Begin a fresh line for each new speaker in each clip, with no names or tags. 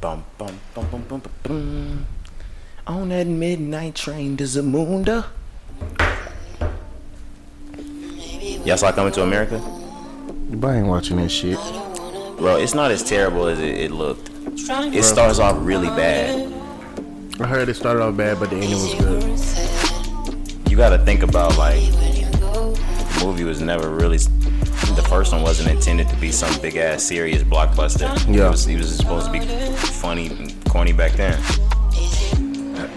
Bum, bum, bum, bum, bum, bum, bum. On that midnight train to Zamunda. Y'all saw Coming to America?
But I ain't watching this shit.
Bro, it's not as terrible as it, it looked. It starts off really bad.
I heard it started off bad, but the ending was good.
You gotta think about, like, the movie was never really. The first one wasn't intended to be some big ass serious blockbuster.
Yeah.
It was, it was supposed to be funny and corny back then.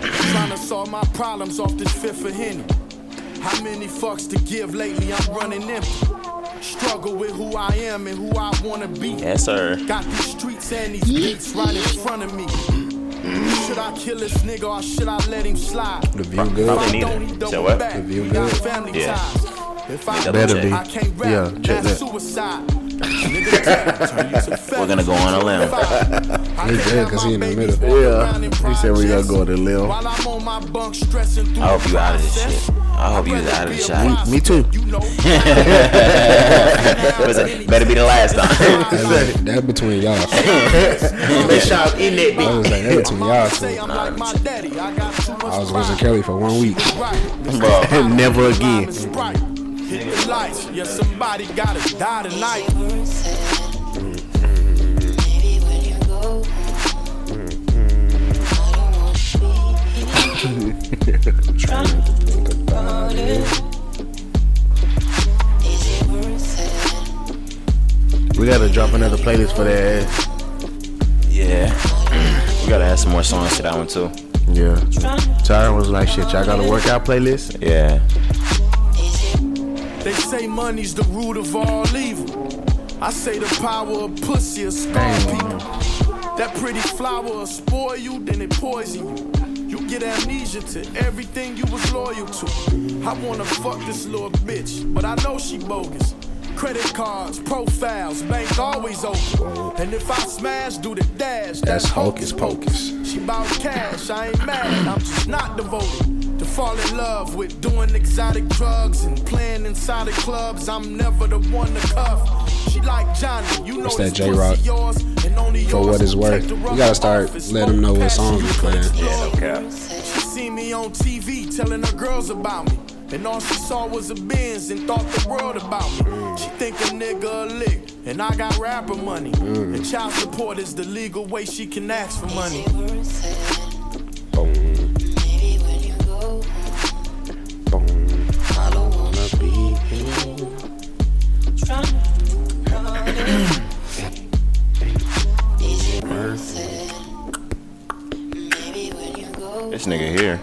Trying to solve my problems off this fifth of Henny. How many fucks to give lately? I'm running empty. Struggle with who I am and who I wanna be.
Yes, sir.
Got these streets and these beats right in front of me. Should I kill this nigga or should I let him slide?
The view good.
Probably neither.
he
Say
double
what?
back.
If you
We got
good.
family
Yeah.
ties. If I
double
do
check.
it, I can't rap.
Yeah, check
that's
that.
suicide. Nigga, tap, turn you to
We're gonna go on a limb.
he
dead 'cause he in the middle.
Yeah. He said we gotta go to Lil.
While I'm on my bunk stressing through
I hope
the
you out of this
process.
shit. I hope you was out of the shot.
Me too.
You know,
Was it- better be the last time.
That, that between y'all. I
They shot in that
was like, that between y'all
say
two.
I'm like my daddy. I got too much
I was
pride.
Wiz and Kelly for one week.
Right.
Bro,
And never again.
Sprite. Hit the lights. Yeah, somebody gotta die tonight.
We gotta drop another playlist for that ass.
yeah. We gotta add some more songs to that one too.
Yeah. Tyron was like, shit, y'all got a workout playlist?
Yeah.
They say money's the root of all evil. I say the power of pussy is scar people. That pretty flower will spoil you, then it poison you. You get amnesia to everything you was loyal to. I wanna fuck this little bitch, but I know she bogus. Credit cards, profiles, bank always open. And if I smash, do the dash.
That's hocus pocus.
She bout cash, I ain't mad, I'm just not devoted to fall in love with doing exotic drugs and playing inside of clubs. I'm never the one to cuff. She like Johnny, you know
What's that
this
J-Rock?
pussy yours and only
For
yours.
what it's
Take
worth.
the
You
rubber
gotta start
off, it's
letting them know what
smoking
songs you
passion,
playing.
couldn't
Yeah,
ignore.
no cap.
She see me on TV telling her girls about me. And all she saw was a Benz and thought the world about me. She think a nigga a lick, and I got rapper money.
Mm.
And child support is the legal way she can ask for money.
I don't wanna be here.
This nigga here.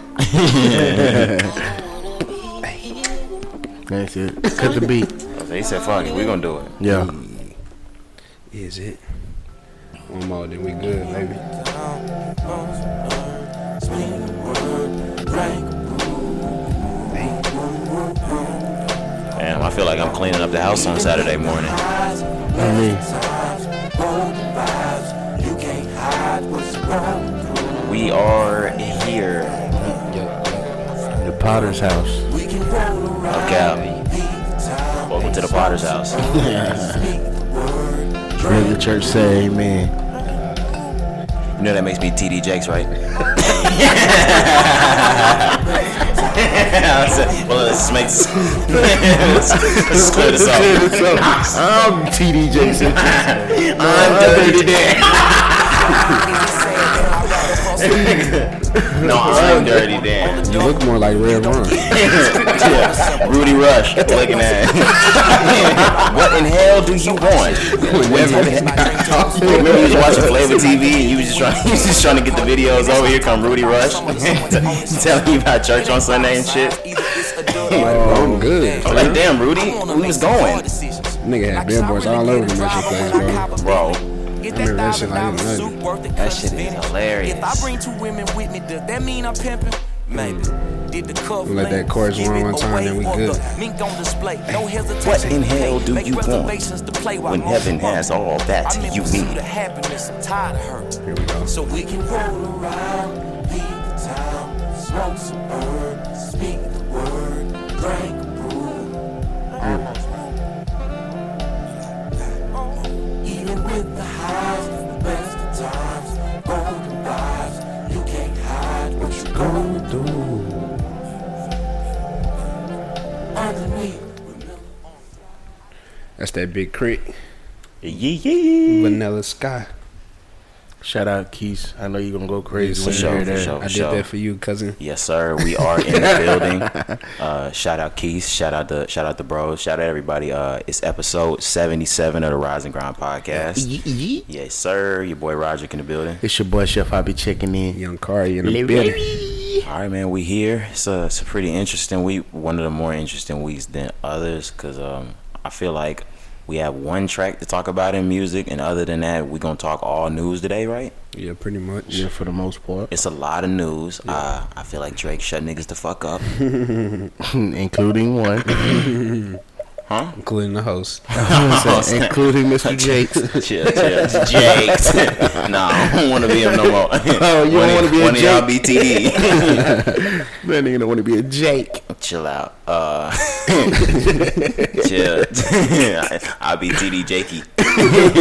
That's it. Cut the beat.
They said, fuck it, we gonna do it.
Yeah.
Is it? One more, then we good, baby.
Damn, I feel like I'm cleaning up the house on Saturday morning.
I mean,
We are here.
the Potter's house.
Okay. Welcome to the Potter's house.
Let the church say amen.
You know that makes me TD Jakes, right? well, this makes. let's, let's clear this up.
I'm TD Jason.
I'm dirty Dan. no, I'm dirty Dan.
You look more like Red Ron.
Yeah, Rudy Rush looking at. what in hell do you want? Remember you was watching Flavor TV and you was just trying, you was just trying to get the videos over. Here come Rudy Rush telling you about church on Sunday and shit.
Oh, I'm good.
I'm like, damn, Rudy, we was going,
Nigga had billboards all over the metro place, bro.
bro.
remember that shit like it was nothing.
That
shit is hilarious.
If I bring two women with me, does that mean I'm pimping? Maybe. Did the cuff
Mm. Let that
link,
chorus
give
run
it
one time,
away,
then we
or
good.
the Mink on display, no hesitation.
What in hell do
Make
you want
reservations to play while
when
most
heaven
won't?
has all that
I'm in
you
pursuit
need.
of happiness, I'm tired of her.
Here we go.
So we can roll around, leave the town, smoke some herb, speak the word, drink a brew.
Hmm.
Even with the highs, the best of times, going
That's that big crit.
Yeah, yeah.
Vanilla Sky.
Shout out Keys. I know you gonna go crazy
Yes,
when you
sure,
hear
for
that.
sure.
I did
Show.
that for you, cousin.
Yes, sir. We are in the building. Uh, shout out Keith. Shout out the shout out the bros. Shout out everybody. Uh, it's episode seventy seven of the Rise and Grind podcast.
Yee, yee.
Yes, sir. Your boy Roger in the building.
It's your boy Chef. I be checking in.
Young Kari in the
Larry.
building.
All right, man. We here. It's a it's a pretty interesting week. One of the more interesting weeks than others, cause um I feel like we have one track to talk about in music, and other than that, we gonna talk all news today, right?
Yeah, pretty much.
Yeah, for the most part,
It's a lot of news. Uh, I feel like Drake shut niggas the fuck up.
including one,
Including the host.
including Mr. Jakes.
chill, chill. Jakes. nah, I don't want to be him no more.
Oh, you don't
One of-
wanna be a
One of y'all BTE.
That nigga don't want to be a Jake.
chill out. Uh, chill. I'll be TD Jakey.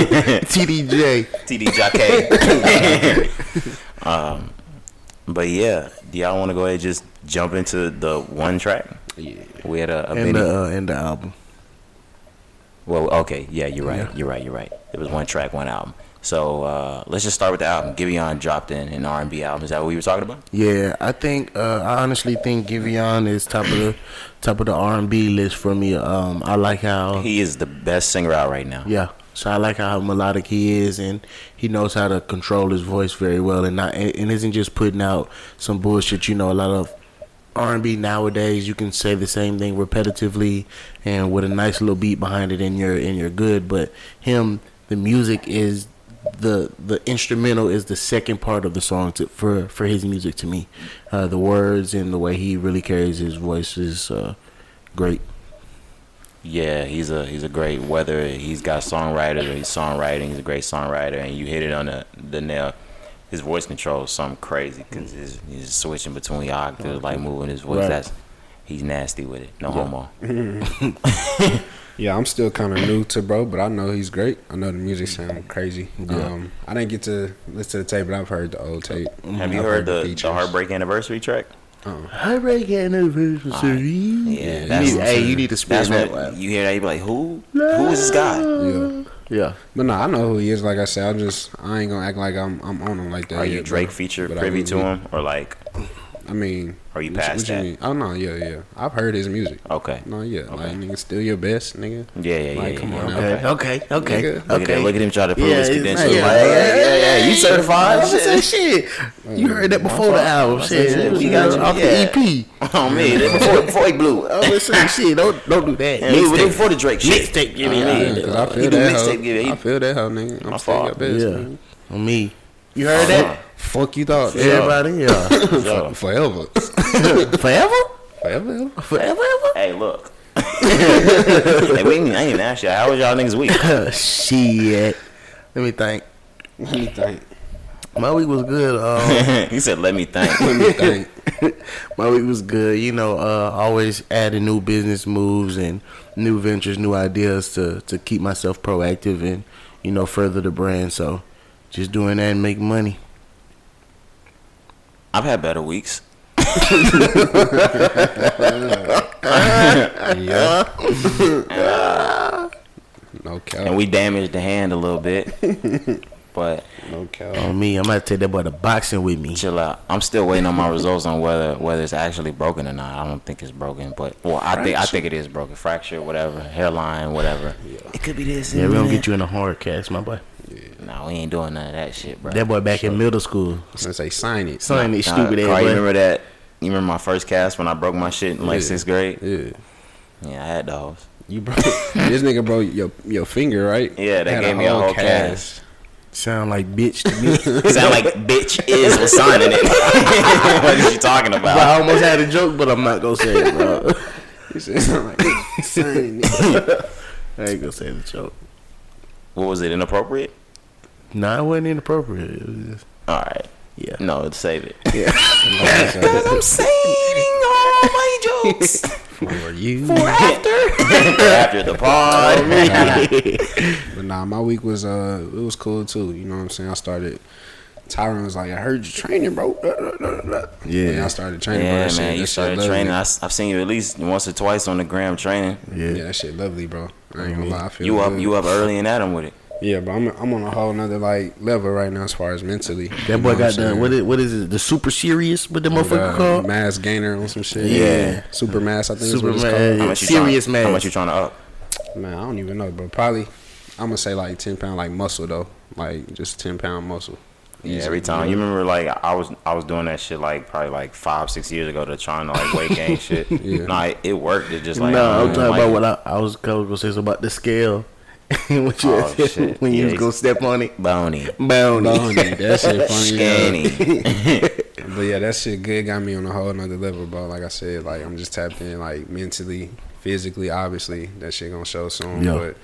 TDJ.
TD Jockey. um, but yeah, do y'all want to go ahead and just jump into the one track?
Yeah.
We had a, a
And
mini.
the, uh, and the album.
Well, okay, yeah, you're right. You're right. You're right. It was one track, one album. So uh, let's just start with the album. Giveon dropped in an R&B album. Is that what we were talking about?
Yeah, I think uh, I honestly think Giveon is top of the top of the R and B list for me. Um, I like how
He is the best singer out right now.
yeah, so I like how melodic he is, and he knows how to control his voice very well, and not and and isn't just putting out some bullshit. You know, a lot of R and B nowadays, you can say the same thing repetitively and with a nice little beat behind it, and you're and you're good. But him, the music is the the instrumental is the second part of the song to, for for his music to me. Uh, the words and the way he really carries his voice is uh, great.
Yeah, he's a he's a great whether he's got songwriters or he's songwriting. He's a great songwriter, and you hit it on the the nail. His voice control is something crazy because he's, he's switching between octaves, like moving his voice.
Right.
That's he's nasty with it. No homo.
Yeah, I'm still kind of new to bro, but I know he's great. I know the music sound crazy. Um, I didn't get to listen to the tape, but I've heard the old tape.
Have you
I've
heard the,
features.
the heartbreak anniversary track?
Heartbreak
Yeah,
anniversary. you
that's
need,
what-
hey, you need to spin
That's
that
when
one.
you hear that you be like, who who is this guy?
Yeah,
Yeah,
but no, I know who he is. Like I said, I'm just I ain't gonna act like I'm I'm on him like that.
Are you
yet,
Drake
bro.
feature
But I
privy
would
to
be.
him or like?
I mean,
Are you
what
past
what
that?
mean? Oh no, yeah, yeah. I've heard his music.
Okay.
No, yeah, like
Okay.
nigga, still your best, nigga.
Yeah, yeah, yeah.
Like,
yeah,
come
yeah.
on now.
Okay.
Okay, okay,
Nigga,
Look at that.
okay.
Look at him try to prove
Yeah,
his
he's
credentials.
like,
Like,
yeah,
yeah, yeah, yeah, You certified?
I said,
Shit.
shit. You heard that before the album.
shit.
Shit,
We
we
got
got
you.
off
Yeah.
the E EP.
on me. They- Oh, Before, before he blew.
I was saying, shit, don't don't do that.
Yeah, they-
Mixtape.
before the Drake shit. Uh,
Mixtape, give
I
me
mean,
that.
Yeah, 'cause I
He do
feel that
mixtape,
hoe.
yeah, he-
I feel that hoe, nigga. I'm still your
fault.
best.
Yeah,
nigga.
on me.
You heard that? Fuck you thought.
Everybody, yeah.
Yo.
Forever.
Forever,
Forever.
forever, ever.
Hey, look. hey, we ain't, I ain't even asked y'all. How was y'all niggas week?
Uh, shit. Let me think.
Let me think.
My week was good. Um,
he said, "Let me think."
Let me think.
My week was good. You know, uh, always adding new business moves and new ventures, new ideas to to keep myself proactive and you know further the brand. So, just doing that and make money.
I've had better weeks.
Yeah. no cow.
and we damaged the hand a little bit. but
no cow.
On me, I'm gonna take that boy to boxing with me.
chill out. I'm still waiting on my results on whether whether it's actually broken or not. I don't think it's broken, but well, I think I think it is broken. Fracture, whatever, hairline, whatever. It could be this.
Yeah,
and
we gonna
that.
get you in a hard cast, my boy.
No, we ain't doing none of that shit, bro.
That boy back in middle school,
Since they sign it.
son, that
Nah,
stupid
Carl,
ass
you
boy.
remember that? You remember my first cast when I broke my shit in like
Yeah.
sixth grade?
Yeah.
Yeah, I had those.
You broke this nigga broke your your finger, right?
Yeah, they
Had
gave me a whole cast.
Sound like bitch to me.
Sound like bitch is was signing it. what is you talking
But
about?
I almost had a joke, but I'm not gonna say it, bro.
You said something like sign it.
I ain't gonna say the joke.
What was it? Inappropriate?
Nah, it wasn't inappropriate. It was just,
All right.
yeah.
No, save it.
Like,
I'm saving all my jokes
For you.
after after the pod.
But nah, my week was uh it was cool too. You know what I'm saying? I started Tyron was like, I heard you training, bro. Da, da, da, da, da.
Yeah.
And I started training, bro.
Yeah,
That shit-
man, you
that shit
started
lovely.
training. I, have seen you at least once or twice on the gram training.
Yeah, that shit lovely, bro. I ain't gonna lie. I feel
You up?
good.
You up early and at 'em with it.
Yeah, but I'm I'm on a whole nother like level right now as far as mentally. You
That
know
boy
what I'm
got the
saying?
what is, what is it? The super serious, what the motherfucker
Uh,
called?
mass gainer on some shit.
Yeah.
super mass. I think
Super
is what it's
mass.
How
Yeah,
much you
serious
trying,
man.
How much you trying to up?
called. Man, I don't even know, but probably I'm gonna say like ten pound like muscle though, like just ten pound muscle.
Yeah,
Easy.
every time. You remember, like I was, I was doing that shit like probably like five, six years ago to trying to like weight gain shit.
Yeah.
Nah, it, it worked. It just like
no,
I
I'm
didn't
talking
like
about
it.
what I, I was I was gonna say something about the scale. what you
Oh, shit.
when you was
Yeah,
gonna step on it.
bony,
Bound.
Bony, that shit funny. as
skinny.
hell. But yeah, that shit good got me on a whole nother level, bro. Like I said, like I'm just tapped in, like mentally, physically. Obviously, that shit gonna show soon.
Yeah.
But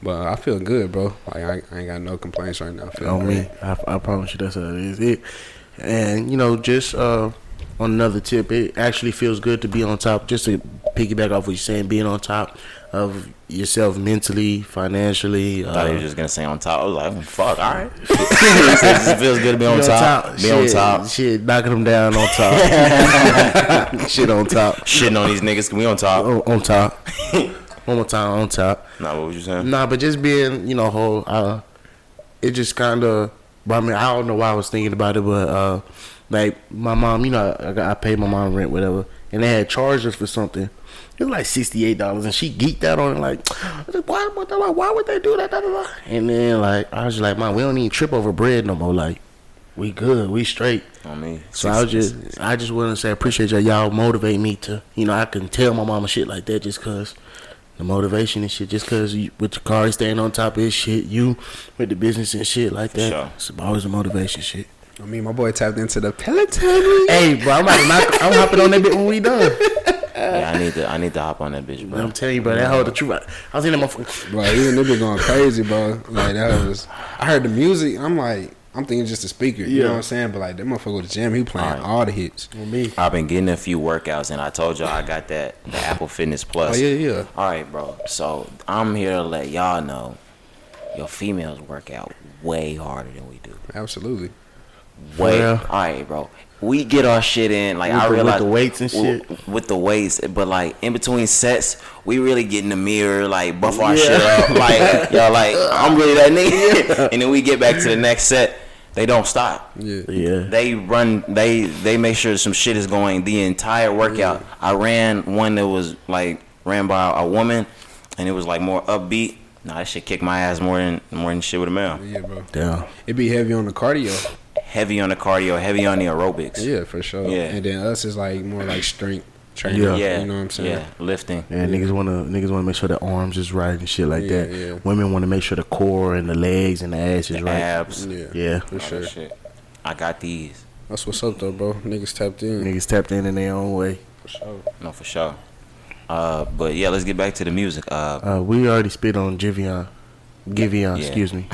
but I feel good, bro. Like I, I ain't got no complaints right now. I feel
on
great.
me. I, I promise you that's how it is. It, and you know, just uh, on another tip, it actually feels good to be on top. Just to piggyback off what you're saying, being on top of yourself mentally, financially.
I thought he
Uh,
was just gonna say on top. I was like, fuck, all right. it feels good to be on, top. Be
shit,
on top.
Shit, knocking them down on top. shit on top.
Shitting on these niggas. 'cause We on top.
On, on top. One more time on top.
Nah, what was you saying?
Nah, but just being, you know, whole. Uh, it just kind of. I mean, I don't know why I was thinking about it, but uh, like my mom, you know, I, I paid my mom rent, whatever, and they had charged us for something. It was like sixty eight dollars, and she geeked out on it, like, why, would they- like, why would they do that? Da, da, da. And then like I was just like, mom, we don't even trip over bread no more. Like, we good, we straight.
On me.
So I was just, I just want to say, I appreciate y'all. Y'all motivate me to, you know, I can tell my mama shit like that just cause the motivation and shit, just cause you, with your car staying on top of his shit, you with the business and shit like that.
sure.
It's always a motivation shit.
I mean, my boy tapped into the Peloton.
Hey, bro, I'm about to knock, I'm hopping on that bit when we done.
Yeah, I need to. I need to hop on that bitch, bro.
I'm telling you, bro, that whole the truth. I, I was in that motherfucker.
Bro, even they been going crazy, bro. Like that was. I heard the music. I'm like, I'm thinking just the speaker. You know
Yeah.
what I'm saying? But like that motherfucker with the jam, he playing
Alright.
all the hits.
Me.
I've been getting a few workouts, and I told y'all I got that the Apple Fitness Plus.
Oh yeah, yeah.
All right, bro. So I'm here to let y'all know your females work out way harder than we do.
Absolutely.
Way.
real?
All right, bro. We get our shit in. Like
With
I
the- with
realize
the weights and
w- With the weights, but like in between sets, we really get in the mirror, like buff our
Yeah.
shit up. Like y'all, like I'm really that nigga. and then we get back to the next set. They don't stop.
Yeah.
Yeah.
They run. They they make sure some shit is going the entire workout. I ran one that was like ran by a woman, and it was like more upbeat. Nah, that shit kicked my ass more than more than shit with a man.
Yeah, bro.
Damn.
It be heavy on the cardio.
Heavy on the cardio, heavy on the aerobics.
Yeah, for sure.
Yeah.
And then us is like more like strength training.
Yeah.
yeah.
You know what I'm saying?
Yeah, lifting.
Yeah, niggas wanna niggas wanna make sure their arms is right and shit like
Yeah,
that.
yeah.
Women wanna make sure the core and the legs and the ass is
The
right.
abs.
Yeah.
Yeah.
All
For
Oh, that
sure.
shit. I got these.
That's what's up though, bro. Niggas tapped in.
Niggas tapped in in their own way.
For sure.
No, for sure. Uh, but yeah, let's get back to the music. Uh,
Uh, we already spit on Jivion. Givion,
Yeah.
excuse me.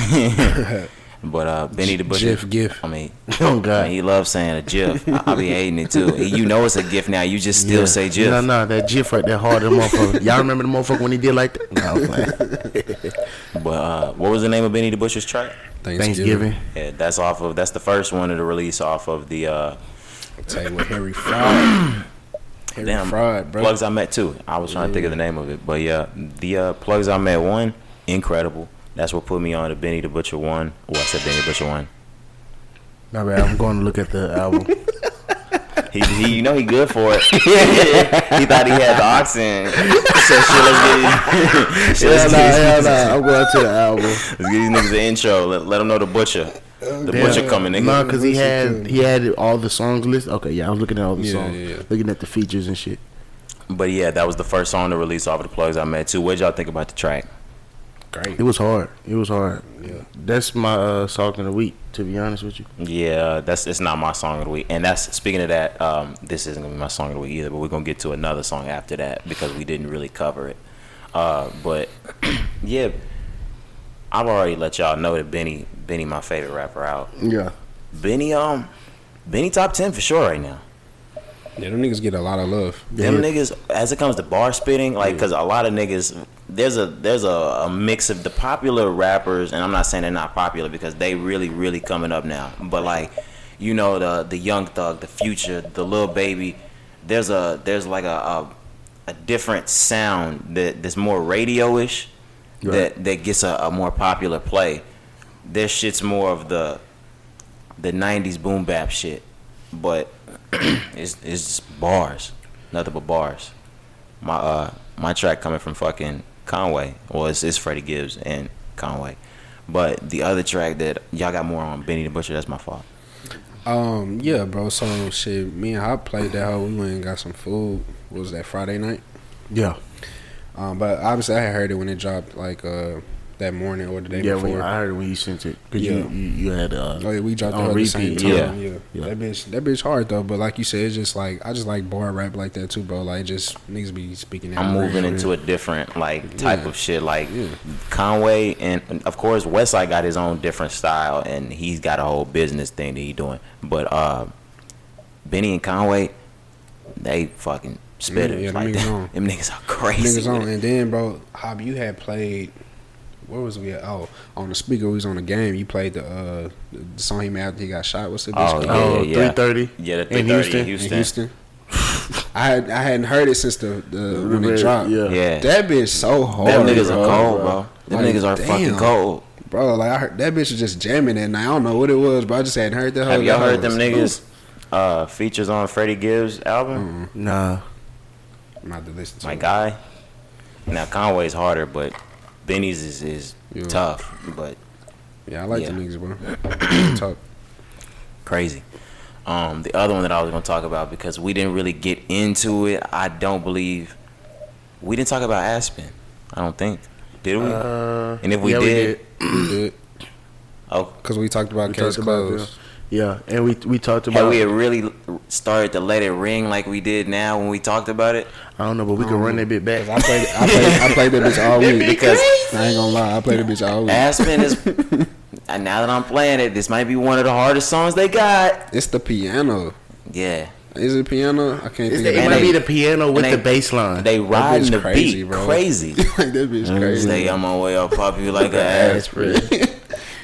but uh, Benny the Butcher.
Jiff Giff.
I mean,
oh
man,
God.
he loves saying a GIF. I, I be hating it too. You know it's a GIF now. You just still
Yeah.
say GIF.
No, no, that GIF right there, hard as a motherfucker. Y'all remember the motherfucker when he did like that? No, I'm playing.
But uh, what was the name of Benny the Butcher's track?
Thanksgiving.
Yeah, that's off of that's the first one to release off of the uh,
Tell you what, Harry Fraud. Harry
damn
Fraud, bro.
plugs I met too. I was trying to think of the name of it, but yeah, the uh, plugs I met one incredible. That's what put me on to Benny the Butcher one. Oh, I said Benny the Butcher one.
My bad. I'm going to look at the album.
He, he you know he good for it. he thought he had the oxen. So shit, let's get, shit, let's,
hell nah,
get
hell nah. I'm going to the album.
let's get these niggas an intro. Let, let them know the butcher. The
Damn.
butcher coming, nigga.
Nah, cause he
Butcher
had
King.
he had all the songs list. Okay, yeah, I was looking at all the
Yeah,
songs,
yeah, yeah.
looking at the features and shit.
But yeah, that was the first song to release off of the plugs I met too. What'd y'all think about the track?
Great.
It was hard. It was hard.
Yeah.
That's my uh, song of the week. To be honest with you,
Yeah, that's it's not my song of the week. And that's speaking of that, um, this isn't gonna be my song of the week either. But we're gonna get to another song after that because we didn't really cover it. Uh, but yeah, I've already let y'all know that Benny, Benny, my favorite rapper out.
yeah,
Benny, um, Benny top ten for sure right now.
Yeah, them niggas get a lot of love.
Them
Yeah.
niggas, as it comes to bar spitting, like, cause a lot of niggas, there's a there's a, a mix of the popular rappers, and I'm not saying they're not popular because they really really coming up now. But like, you know the the young thug, the future, the little baby. There's a there's like a a, a different sound that that's more radio ish that that gets a, a more popular play. Their shit's more of the the '90s boom bap shit, but it's it's just bars, nothing but bars. My uh my track coming from fucking Conway, well it's, it's Freddie Gibbs and Conway, but the other track that y'all got more on Benny the Butcher, that's my fault.
Um, yeah, bro. So shit, me and Hop played that whole. We went and got some food. What was that Friday night?
Yeah.
Um, but obviously I had heard it when it dropped like uh that morning or the day
Yeah,
before.
when, I heard it when you sent it. Because
Yeah.
you, you, you had. Uh,
Oh yeah, we dropped
on
that at the same
repeat,
time.
yeah.
Yeah.
Yeah.
that bitch, that bitch hard though. But like you said, it's just like I just like bar rap like that too, bro. Like just niggas be speaking. that
I'm
real
moving
shit.
into a different like type
Yeah.
of shit. Like
Yeah.
Conway and and of course Westside got his own different style and he's got a whole business thing that he doing. But uh Benny and Conway, they fucking spit
Yeah,
it
yeah, them
like
niggas
that.
on.
Them niggas are crazy.
niggas on. And then, bro, Hop, you had played. Where was we at? Oh, on the speaker. We was on the game. You played the uh the song he made after he got shot. What's the bitch
Oh,
called?
yeah,
oh,
yeah.
330.
Yeah, the
In
330 in
Houston.
Houston.
in Houston. I had I hadn't heard it since the, the when it dropped.
Yeah.
Yeah.
That bitch so hard.
Them niggas
bro.
are cold, bro. Them
Like,
niggas are fucking
damn.
cold.
Bro, like I heard that bitch was just jamming and I don't know what it was, but I just hadn't heard that.
Have
whole-
y'all
Oh, that
heard them
whole-
niggas uh features on Freddie Gibbs
Mm-hmm.
album?
Nah.
I'm not to listen to
My
it.
guy. Now Conway's harder, but Benny's is, is
Yeah.
tough, but
Yeah, I like
Yeah.
the niggas, bro. Talk.
crazy. Um, the other one that I was gonna talk about because we didn't really get into it. I don't believe we didn't talk about Aspen. I don't think did we?
Uh,
And if we
yeah,
did-
We did
oh,
because we talked about
We
case
talked about
closed.
them. Yeah, and we we talked
had
about.
we had really started to let it ring like we did now when we talked about it?
I don't know, but we can run that bit back.
'Cause
Um,
I played, I played, I played that bitch all week
because-
because I ain't gonna lie, I played that bitch all week.
Aspen is. and now that I'm playing it, this might be one of the hardest songs they got.
It's the piano.
Yeah,
Is it piano? I can't
It's
think
the-
of
it
And
might
that.
they-
be the piano with
and
the bass line.
they
That
riding
bitch
the
crazy,
beat
bro.
crazy. Mm-hmm.
like that bitch crazy.
Stay on my way up, pop you like a ass.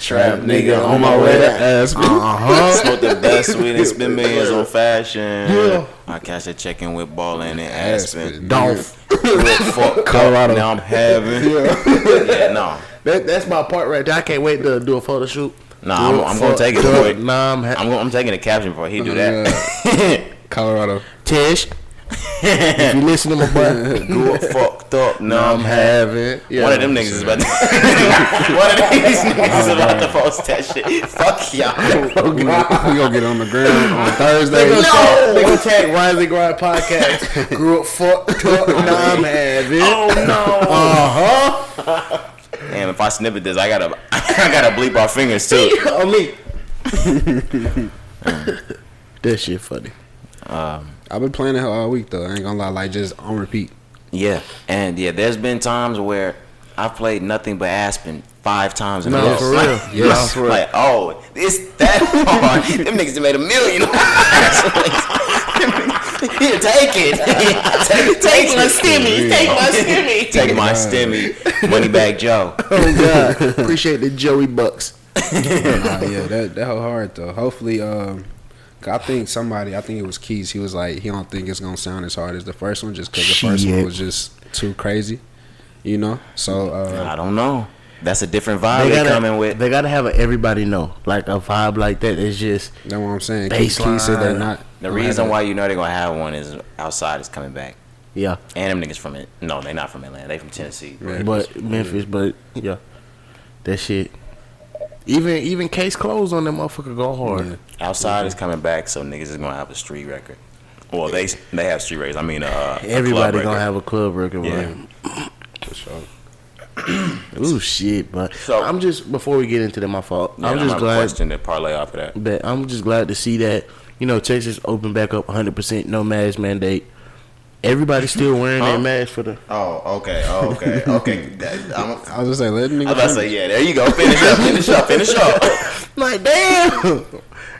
trap
nigga on my way to
ass. Uh huh.
Smoke the best weed and spend millions on fashion. I cash a check in with ball and Aspen.
Dolph.
Fuck Colorado. Now I'm having. Yeah, no.
That, that's my part right there. I can't wait to do a photo shoot.
Nah, I'm-
Do a
I'm gonna
photo-
take it for it.
Nah, I'm ha-
I'm, gonna- I'm taking a caption for he do that.
Colorado.
Tish. if you listen to my boy,
Grew up fucked up. Now I'm
I'm
having.
having. Yeah.
One of them niggas is about to. One of these niggas is about to post that shit. Fuck y'all.
we, we gonna get on the ground on Thursday.
They gonna
No!
tag- They gonna tag Rising Grind podcast. Grew up fucked up. Nah, I'm having.
Oh no.
Uh huh.
Damn, if I snip at this, I gotta, I gotta bleep our fingers too.
On me. that shit funny.
I've been playing it all week though. I ain't gonna lie, like just on repeat.
Yeah, and yeah, there's been times where I've played nothing but Aspen five times in a
No,
row.
for real.
Like,
Yes.
like,
For real.
like, oh, it's that hard. Them niggas made a million. Here, take it. take, take my stimmy. Take my stimmy. Take my stimmy. Money back, Joe.
Oh God, appreciate the Joey Bucks.
Nah, yeah, that that whole hard though. Hopefully, um, 'cause I think somebody, I think it was Keys. He was like, he don't think it's gonna sound as hard as the first one, just because the first one
Shit.
was just too crazy, you know. So uh,
I don't know. That's a different vibe
They
they
gotta,
coming with.
they gotta have a everybody know like a vibe like that. It's just
that's what I'm saying. Keys, Keys said they're
Baseline.
not.
the
don't have
reason
that-
why you know they're gonna have one is outside is coming back.
yeah,
And them niggas from it. No, they not from Atlanta. They from Tennessee.
Right.
but Memphis, but yeah, that shit. Even even case closed on that motherfucker go hard.
Yeah.
Outside is coming back, so niggas is gonna have a street record. Well, they they have street records. I mean, uh, a club
Everybody
record.
gonna have a club record.
Yeah.
Yeah.
For sure.
Ooh shit, but
So-
I'm just before we get into that, my fault.
Yeah,
I'm
I
just
have a
glad
question to parlay off of that.
that I'm just glad to see that you know Texas opened back up 100 percent no mask mandate. Everybody still wearing
Huh?
their mask for the
Oh, okay, oh, okay, okay. That, I'm,
I was just say, let the nigga.
I was about to
finish.
say, yeah, there you go. Finish up, finish up, finish up.
like damn.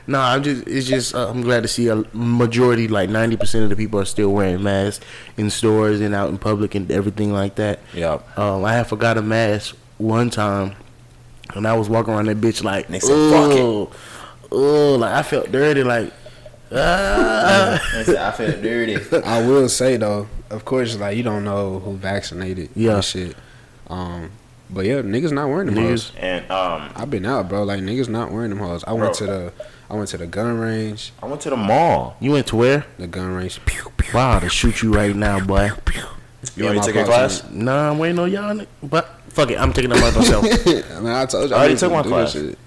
no, I'm just it's just uh, I'm glad to see a majority like 90 percent of the people are still wearing masks in stores and out in public and everything like that.
Yep.
Um, I had forgot a mask one time, and I was walking around that bitch like,
Nigga said, "Fuck it."
"Ooh, ooh," like I felt dirty, like, ah.
I feel dirty.
I will say though, of course, like you don't know who vaccinated.
Yeah.
and shit. Um, But yeah, niggas not wearing them hoes.
Niggas-
And um,
I've been out, bro. Like niggas not wearing them hoes. I went to the I went to the gun range.
I went to the mall.
You went to where?
The gun range. Pew pew.
Wow, to shoot you right now, boy.
You
Yeah,
already
my
took your
pops
class?
Nah, I'm waiting on y'all. ni- But fuck it, I'm taking that by myself.
I mean, I told you.
I already
was
took
gonna
my
do this
class.
shit.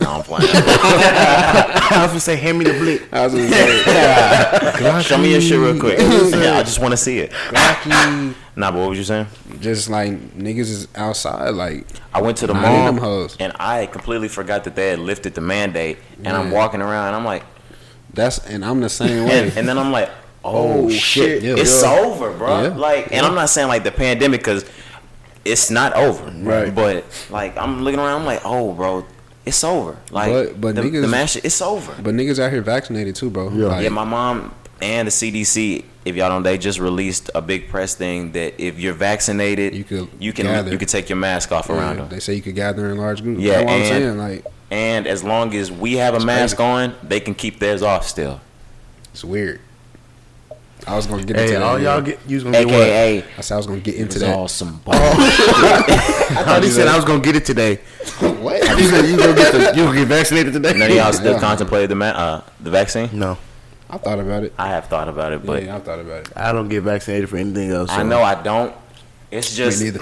No, I'm playing.
I was gonna say, hand me the blick.
I was gonna say,
Show me your shit real quick. yeah, I just want to see it.
Glocky.
Nah, but what was you saying?
just like niggas is outside. Like
I went to the
Not in
mall
them hoes.
and I completely forgot that they had lifted the mandate. And I'm
Yeah.
walking around and I'm like,
that's and I'm the same way.
and, and then I'm like, oh,
Oh,
shit,
shit. Yeah.
it's
Yeah.
over, bro.
Yeah.
Like, and I'm not saying like the pandemic because it's not over,
Right.
But like, I'm looking around, I'm like, oh, bro, it's over. Like,
But- but
the, the
niggas-
mash, it's over.
but niggas out here vaccinated too, bro.
Yeah.
Like,
yeah, my mom and the CDC. If y'all don't, they just released a big press thing that if you're vaccinated,
You could
you can
gather.
you can take your mask off around
yeah,
them.
they say you could gather in large groups.
Yeah,
that's what I'm
and-
saying. Like
And as long as we have a mask on, they can keep theirs off still.
it's weird. I was gonna get into
Hey,
that.
all
man.
y'all get, you was gonna get what?
AKA,
I said I was gonna get into
it's
that.
all some bull.
I thought he said I was gonna get it today.
what?
He said you gonna get the, you gonna get vaccinated today.
None of y'all still
Yeah.
contemplated the ma- uh, the vaccine.
No,
I thought about it.
I have thought about it, but
yeah, I thought about it.
I don't get vaccinated for anything else.
I
so-
know I don't. It's just
Me neither.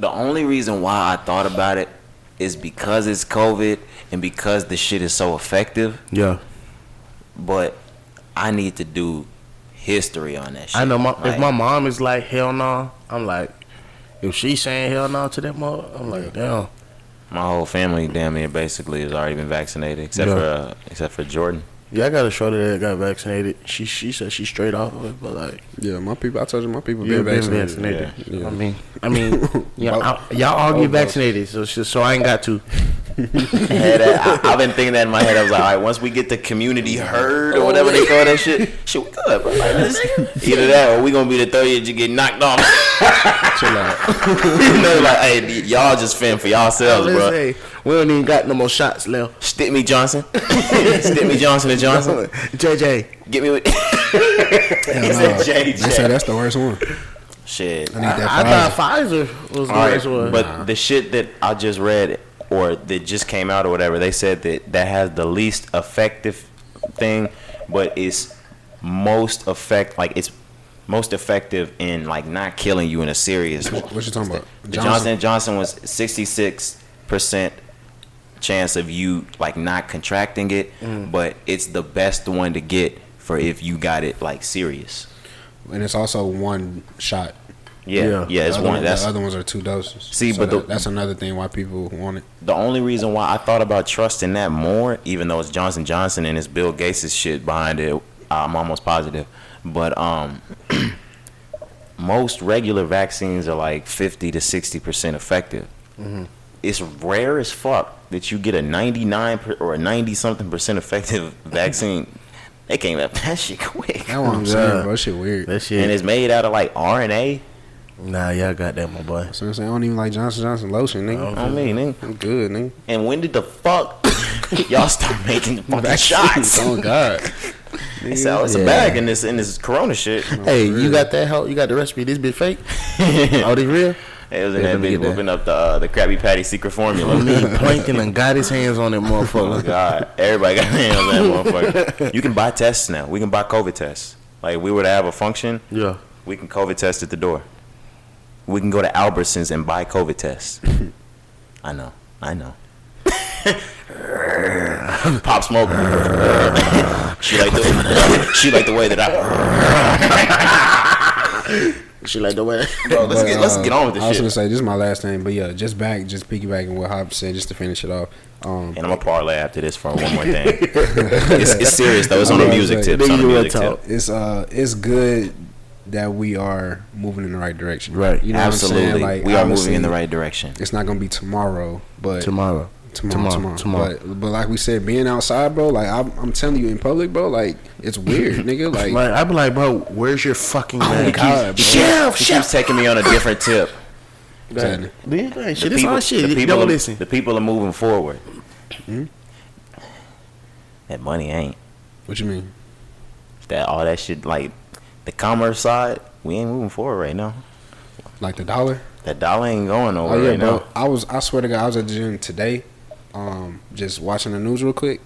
the only reason why I thought about it is because it's COVID and because the shit is so effective.
Yeah,
But I need to do history on that shit.
I know. My, if
Like,
my mom is like hell no, I'm like, if she's saying hell no to that mother, I'm like, damn.
my whole family, damn near basically, has already been vaccinated except
Yeah.
for uh, except for Jordan.
Yeah, I got a shorter that got vaccinated. She she said she straight off of it, but like
Yeah, my people. I told you my people
you
been
been
vaccinated.
vaccinated.
Yeah.
I mean, I mean, yeah, I, y'all all
Oh,
get
both.
vaccinated, so so so I ain't got to.
Had that- I, have been thinking that in my head. I was like, all right, once we get the community herd or whatever they call that shit, shit, we good, bro. Like, let's- either that or we gonna be the third year you get knocked off.
Chill out.
you know, like, hey, y- y'all just fin for yourselves,
Let's
bro.
say we don't even got no more shots left.
Stick me Johnson, stick me Johnson and Johnson.
JJ,
Get me with. he said
They said
JJ.
that's the worst one.
Shit.
I need that.
I
Pfizer.
thought Pfizer was the
All right,
worst one.
but the shit that I just read or that just came out or whatever, they said that that has the least effective thing, but it's most effect like it's most effective in like not killing you in a serious. The
What you talking about?
Johnson and Johnson was sixty six percent chance of you like not contracting it,
Mm.
but it's the best one to get for if you got it like serious.
and it's also one shot.
Yeah, yeah,
Yeah.
it's
the other,
one. That's
the other ones are two doses.
See, but
that-
the-
that's another thing why people want it.
the only reason why I thought about trusting that more, even though it's Johnson Johnson and it's Bill Gates' shit behind it, I'm almost positive. But um, most regular vaccines are like 50 to 60 percent effective. It's rare as fuck that you get a 99 per, or a 90 something percent effective vaccine. They came up that shit quick,
That's what I'm
Yeah.
saying, bro. That Shit weird.
that
and
shit,
it's made out of like RNA.
nah, y'all got that, my boy.
So I'm saying I don't even like Johnson Johnson lotion,
Oh.
nigga.
I mean, nigga.
I'm good, nigga.
and when did the fuck y'all start making the fucking shots?
oh God.
So "Oh, it's a
Yeah.
bag in this in this Corona shit.
Hey, you got that help? You got the recipe? This bit fake?
it
Oh, this real?
was in that
Yeah, let me
bitch
get that.
whooping up the uh, the Krabby Patty secret
I
formula.
mean, Plankton and got his hands on that
oh
motherfucker.
God, everybody got hands on that motherfucker. You can buy tests now. We can buy COVID tests. Like if we were to have a function,
yeah.
we can COVID test at the door. We can go to Albertsons and buy COVID tests. I know, I know. Pop smoke. she like the she like the way that I.
She like the way.
Bro, let's get let's get on with this
uh, I was
shit.
gonna say this is my last thing, but yeah, just back, just piggybacking what Hop said, just to finish it off. Um,
And I'm gonna parlay after this for one more thing. it's, it's serious though. It's on a
Okay,
music
okay.
tip. It's on a
Nigga, real
music
talk.
tip.
it's uh, it's good that we are moving in the right direction.
Right.
You know What I'm
Absolutely,
saying? Like,
we are moving
obviously,
in the right direction.
It's not gonna be tomorrow, but
Tomorrow.
tomorrow, tomorrow, But, but like we said, being outside, bro. Like I'm, I'm telling you, in public, bro. Like it's weird, nigga. Like,
Like, I'd be like, bro, where's your fucking man?
God, bro.
Chef, he keeps taking me on a different tip.
Exactly.
Yeah, like,
The
shit, it's all shit.
the
You
people-
Don't listen.
The people are moving forward. Hmm? That money ain't
what you mean?
that all that shit. Like the commerce side, we ain't moving forward right now.
Like the dollar.
That dollar ain't going
Oh
nowhere
yeah,
right
bro.
now.
I was I swear to God, I was at the gym today, um, just watching the news real quick.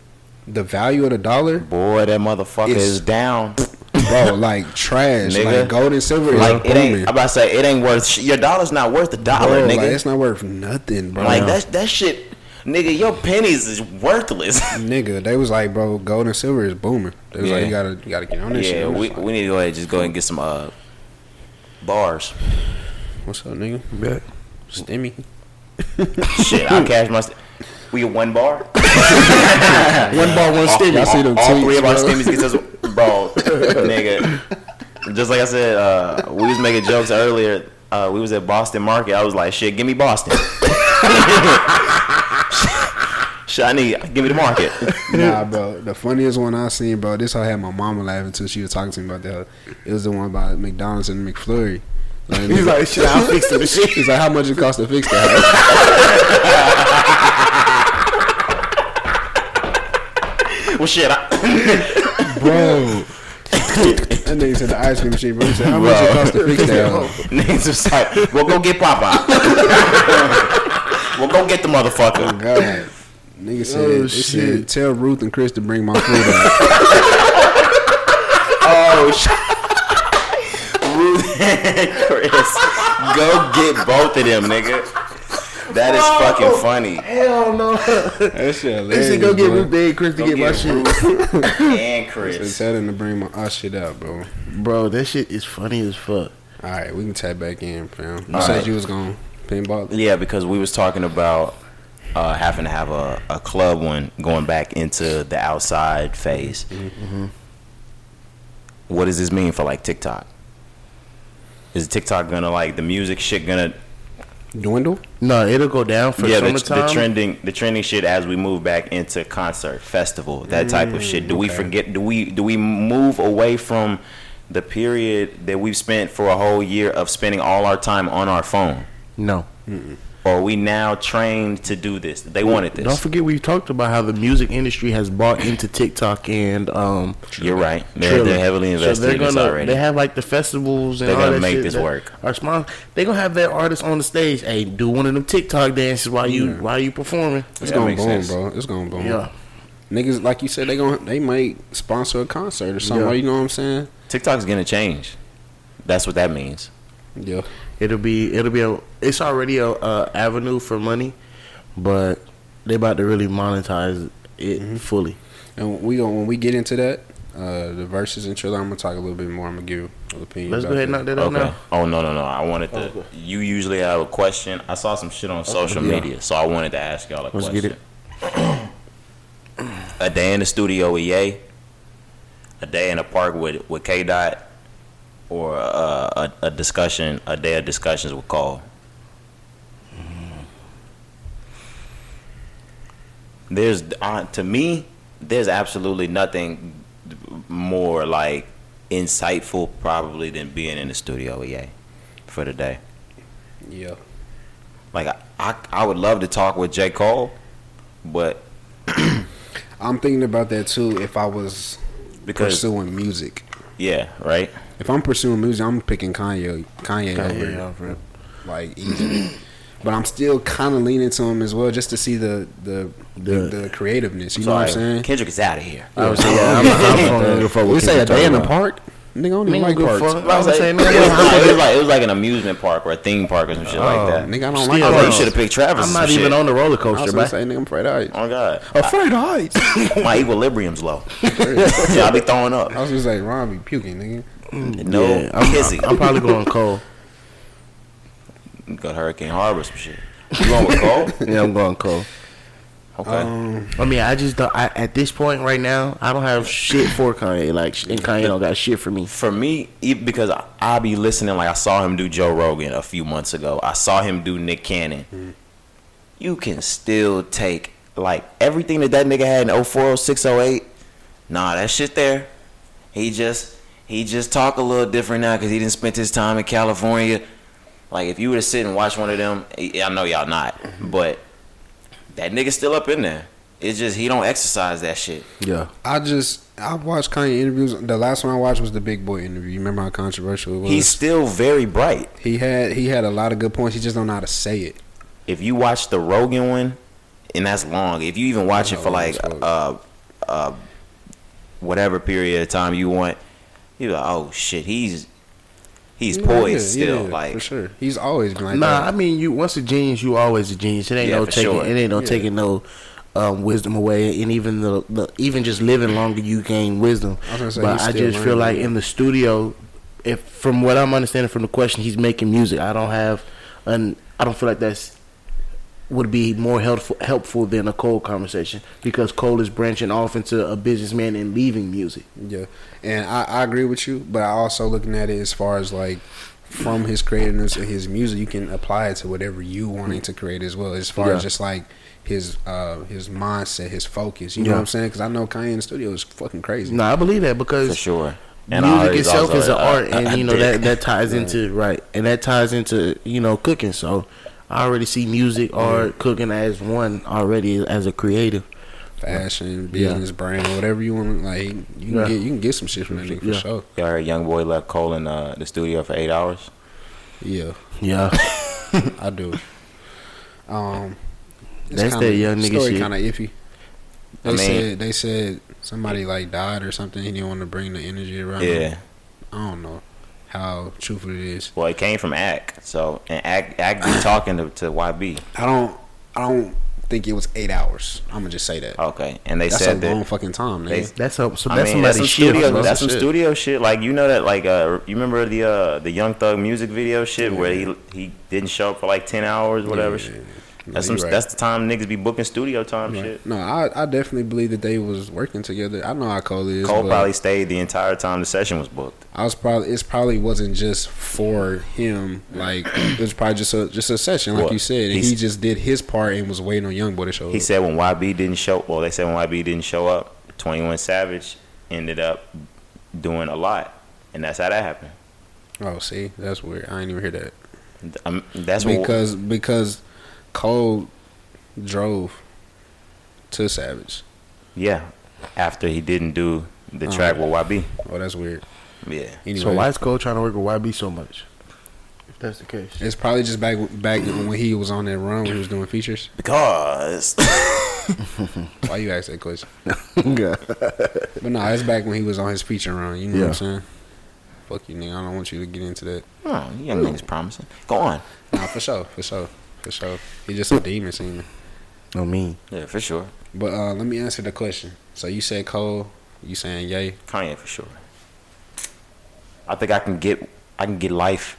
The value of the dollar,
Boy, that motherfucker
It's-
is down.
bro, like trash.
Nigga.
Like gold and silver
Like
like, is
it ain't.
booming.
I'm about to say it ain't worth. Sh- your dollar's not worth a dollar,
Bro, like,
nigga.
it's not worth nothing, bro.
Like, that that shit, nigga. Your pennies is worthless.
Nigga, they was like, bro, gold and silver is booming. They was like,
Yeah.
you gotta, you gotta get on this shit.
yeah,
I'm just
we,
like,
we need to go ahead and just go ahead and get some uh bars.
What's up, nigga? Stimmy.
shit, I'll cash my. St- we get one bar.
One ball, one stimmy. I see them
all
tweets,
three of our
bro.
stimmies gets us, bro, nigga. Just like I said, uh, we was making jokes earlier. Uh, we was at Boston Market. I was like, shit, give me Boston. shit, I need, give me the market.
nah, bro. The funniest one I seen, bro. This I had my mama laughing till she was talking to me about that. It was the one about McDonald's and McFlurry. Like,
He's like, shit, I'll fix
the shit. He's like, how much it cost to fix that?
Well, shit, I,
bro. that nigga said the ice cream machine, bro. He said, how much it cost to fix that?
niggas was like, well, go get Popeye. well, go get the motherfucker.
Oh, God. Nigga said,
Oh,
they said,
shit.
tell Ruth and Chris to bring my food out.
Oh, shit. Ruth and Chris, go get both of them, nigga. That is fucking funny.
Hell no.
that shit
They
hilarious,
said go get
bro.
Ruth Day Chris to
Go
get my
get
shit.
and
They said,
Chris.
Tell them to bring my uh, shit out, bro.
Bro, that shit is funny as fuck.
All right, we can tap back in, fam. You
All
said
right.
you was going to pinball.
Yeah, because we was talking about uh, having to have a, a club one going back into the outside phase.
Mm-hmm.
What does this mean for like TikTok? Is TikTok gonna like the music shit gonna
Dwindle?
No, it'll go down for
yeah the,
summertime.
the trending the trending shit as we move back into concert festival that type of shit do we
Mm,
okay.
forget do we do we move away from the period that we've spent for a whole year of spending all our time on our phone
no.
Or we now trained to do this? They wanted
Don't
this.
forget we talked about how the music industry has bought into TikTok and um
You're right. They're,
Triller.
they're heavily invested
they're
in
gonna,
this already.
They have like the festivals and
They're
all
gonna
that
make
shit
this
that
work.
Are small. They gonna have that artist on the stage. Hey, do one of them TikTok dances while you while you performing.
It's
Yeah, that
going
makes
boom,
sense.
bro. It's going
Mm-hmm.
boom.
Yeah.
Niggas, like you said, they going they might sponsor a concert or something.
Yeah.
You know what I'm saying?
TikTok's gonna change. That's what that means.
Yeah.
It'll be it'll be a it's already a uh, avenue for money, but they about to really monetize it
Mm-hmm.
fully.
And we going when we get into that, uh, the verses and trailer, I'm gonna talk a little bit more. I'm gonna give an opinion.
Let's go
about
ahead and
that.
knock that out
Okay.
now.
Oh no no no! I wanted to. You usually have a question. I saw some shit on social
Yeah.
media, so I wanted to ask y'all a
Let's
question.
get it.
a day in the studio with Ye, a day in the park with with K Dot, or uh, a, a discussion, a day of discussions with Call. There's uh, to me, there's absolutely nothing more like insightful probably than being in the studio with Ye for the day.
Yeah.
Like I, I, I would love to talk with J Cole, but
I'm thinking about that too. If I was
because
pursuing music,
yeah, right.
if I'm pursuing music, I'm picking Kanye. Kanye, over like easily. but I'm still kind of leaning to him as well, just to see the the the,
The-
the creativeness. You
So
know
I-
what I'm saying?
Kendrick is out of here.
I would say yeah. I'm, I'm gonna give a fuck what
we say
Kendrick
a day
talking
in the
about.
park. Nigga, I don't
Me don't
even like
give a
parks.
I
fuck.
was
I would
like,
say,
it,
man,
was
what-
like, it was like it was like an amusement park or a theme park or some shit like that.
Oh, Nigga, I don't
I
like
was like, you
parks.
should have picked Travis.
I'm not even on the roller
I
coaster,
was gonna say,
but
nigga, I'm afraid of heights.
Oh God,
Afraid of heights.
my equilibrium's low. yeah, I'll be throwing
I
up.
was just like, Ron be puking, nigga.
No
yeah, I'm,
kissing.
I'm probably going cold.
Go to Hurricane Harbor or some shit. You going with Cole?
Yeah, I'm going cold.
Okay.
Um,
I mean, I just don't. I, at this point right now, I don't have shit for Kanye. Like, sh- and Kanye don't got shit for me.
for me, e- because I, I be listening, like I saw him do Joe Rogan a few months ago. I saw him do Nick Cannon. You can still take like everything that that nigga had in 04, 06, 08. Nah, that shit there. He just he just talk a little different now because he didn't spend his time in California. Like if you were to sit and watch one of them, I I know y'all not, but that nigga's still up in there. It's just he don't exercise that shit.
Yeah.
I just I watched Kanye interviews. The last one I watched was the Big Boy interview. You remember how controversial it was?
He's still very bright.
he had he had a lot of good points. He just don't know how to say it.
If you watch the Rogan one, and that's long. If you even watch it for like uh uh whatever period of time you want, you're like, oh shit, he's he's
Yeah,
poised
yeah,
still.
yeah,
like
for sure. He's always been like
Nah, I
that.
mean, you once a genius, you always a genius. It ain't
Yeah,
no
for
taking,
sure.
it ain't no
Yeah.
taking no um, wisdom away, and even the, the even just living longer, you gain wisdom.
I was gonna say,
but
he's
I
still
just feel
learning,
like
yeah.
in the studio, if from what I'm understanding from the question, he's making music. I don't have, an I don't feel like that's would be more helpful helpful than a Cole conversation because Cole is branching off into a businessman and leaving music.
Yeah, and I, I agree with you, but I also looking at it as far as like from his creativeness and his music, you can apply it to whatever you wanting to create as well. As far
Yeah.
as just like his uh his mindset, his focus. You know
Yeah.
what I'm saying? Because I know Kanye in the studio is fucking crazy.
No, I believe that because
for sure.
music itself is an art,
I- I- I
and you know
dig.
that that ties into right, and that ties into you know cooking. So I already see music, art, cooking as one already as a creative.
Fashion, business, brand, whatever you want. Like you can
Yeah.
get you can get some shit from that nigga for
Yeah.
sure.
Y'all heard young boy left Cole in uh, the studio for eight hours.
Yeah,
Yeah,
I do. Um, it's
That's that young nigga
story
shit.
Kind of iffy. They
I mean-
said they said somebody like died or something. He didn't want to bring the energy around. him.
Yeah.
I don't know how truthful it is.
Well, it came from Act. So and Act Act be talking to, to YB.
I don't. I don't think it was eight hours. I'm gonna just say that.
Okay, and Oh, they
That's a
said that.
long fucking time.
they-
nigga.
that's a, so
I
that's
mean, that's
somebody's
some
shit.
studio.
bro.
That's some
Shit.
studio shit. Like you know that. Like uh, you remember the uh the Young Thug music video shit where he he didn't show up for like ten hours, whatever.
Yeah, yeah, yeah. No,
That's
you
some.
right.
That's the time niggas be booking studio time
Right.
shit.
No, I, I definitely believe that they was working together. I know how Cole is.
Cole
but
probably stayed the entire time the session was booked.
I was probably. It's probably wasn't just for him. Like it was probably just a just a session, like
Well,
you said. And
he's-
he just did his part and was waiting on YoungBoy to show
He
up.
said when YB didn't show. Well, they said when YB didn't show up, Twenty One Savage ended up doing a lot, and that's how that happened.
Oh, see, that's weird. I didn't even hear that
Um, that's what,
because because Cole drove to Savage.
yeah. After he didn't do the
Uh-huh.
track with YB,
Oh, that's weird.
yeah.
Anyway,
So why is Cole trying to work with YB so much? If that's the case,
it's probably just back back when he was on that run when he was doing features.
Because
Why you ask that question?
yeah.
But no, it's back when he was on his feature run. You know
Yeah.
what I'm saying? Fuck you, nigga. I don't want you to get into that.
oh, young niggas promising. Go on.
Nah, for sure, for sure, for sure. He just a demon singer.
I mean,
Yeah, for sure.
But uh, let me answer the question. So you said Cole. You saying yay?
Kanye for sure. I think I can get I can get life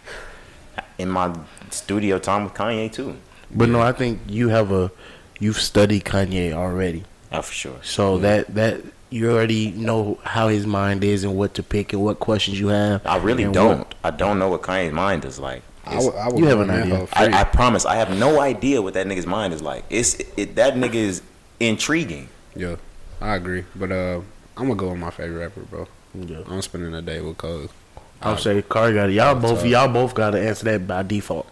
in my studio time with Kanye too.
but no, I think you have a you've studied Kanye already,
Oh, for sure.
so that that. You already know how his mind is and what to pick and what questions you have.
I really
and
don't.
what-
I don't know what Kanye's mind is like.
I
It's-
would- I would
you have an
run that
idea.
hoe free.
I, I promise, I have no idea what that nigga's mind is like. It's it, that nigga is intriguing.
yeah, I agree. But uh, I'm gonna go with my favorite rapper, bro.
Yeah.
I'm spending a day with Cole.
I'm saying Cardi got it. Y'all both,
tough.
y'all both got to answer that by default.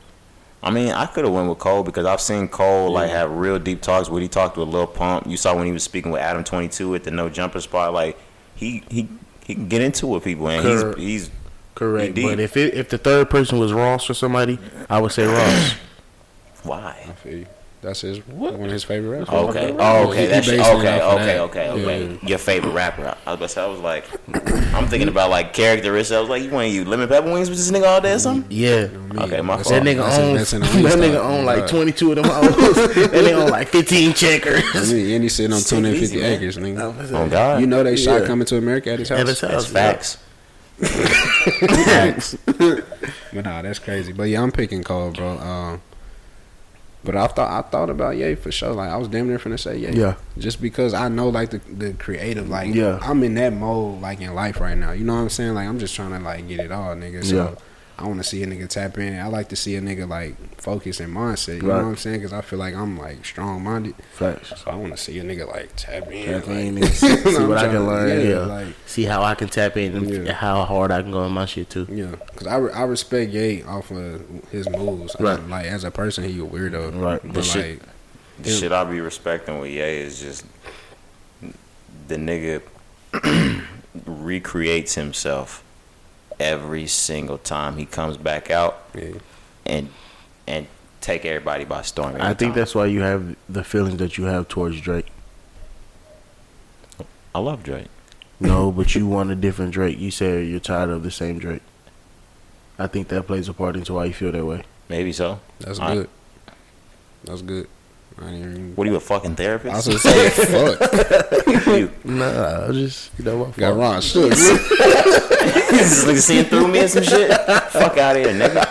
I mean, I could have went with Cole because I've seen Cole like have real deep talks. What he talked with Lil Pump, you saw when he was speaking with Adam Twenty Two at the No Jumper spot. Like he he he can get into it with people, and
Correct.
he's he's
Correct.
Indeed.
But if it, if the third person was Ross or somebody, I would say Ross.
why.
I feel you. That's his one of his favorite rappers.
Okay. Oh, okay.
He- he
That's
based it
okay.
off of
Okay.
that.
Okay.
Yeah,
Okay.
yeah.
Your favorite rapper. I was about to say, I was like, I'm thinking about like characteristics. I was like, you want to eat lemon pepper wings with this nigga all day or something?
Yeah.
Okay, my fault.
That's-
That nigga
that's in-
owns
that's in
that
the league,
nigga
though.
own like
Right.
22 of them hoes. that nigga own like 15 checkers.
I mean, and he's sitting on
Take it
250
easy, man.
acres, nigga.
Oh God.
You know they shot
Yeah.
coming to America at his
At his
house.
house.
that's facts.
Facts.
But nah, that's crazy. But yeah, I'm picking Cole, bro. Um, but I thought I thought about Ye for sure. Like I was damn near finna say Ye.
Yeah.
Just because I know like the the creative, like
Yeah.
I'm in that mode like in life right now. You know what I'm saying? Like I'm just trying to like get it all, nigga. So
Yeah.
I want to see a nigga tap in. I like to see a nigga like focus and mindset. You
Right.
know what I'm saying? Because I feel like I'm like strong minded.
Facts.
So I want to see a nigga like tap in.
Tap
like-
in and see- see
I'm
what I can
tryna-
learn,
Yeah.
yeah.
Like,
See how I can tap in and
Yeah.
how hard I can go in my shit too.
Yeah, because I, re- I respect Ye off of his moves. I
Right.
mean, like, as a person, he a weirdo.
Right.
But,
The
like,
shit-
The shit I be respecting with Ye is just the nigga recreates himself every single time he comes back out
Yeah.
and and take everybody by storm. every
I think
time.
that's why you have the feelings that you have towards Drake.
I love Drake.
No, but you want a different Drake. You say you're tired of the same Drake. I think that plays a part into why you feel that way.
Maybe so.
That's
I-
good. That's good. I didn't even.
What are you a fucking
I was
therapist?
gonna say, fuck.
you
Nah, I just you know what?
Got
fuck.
Ron Shook.
just like seeing through me and some shit. Fuck out of here, nigga.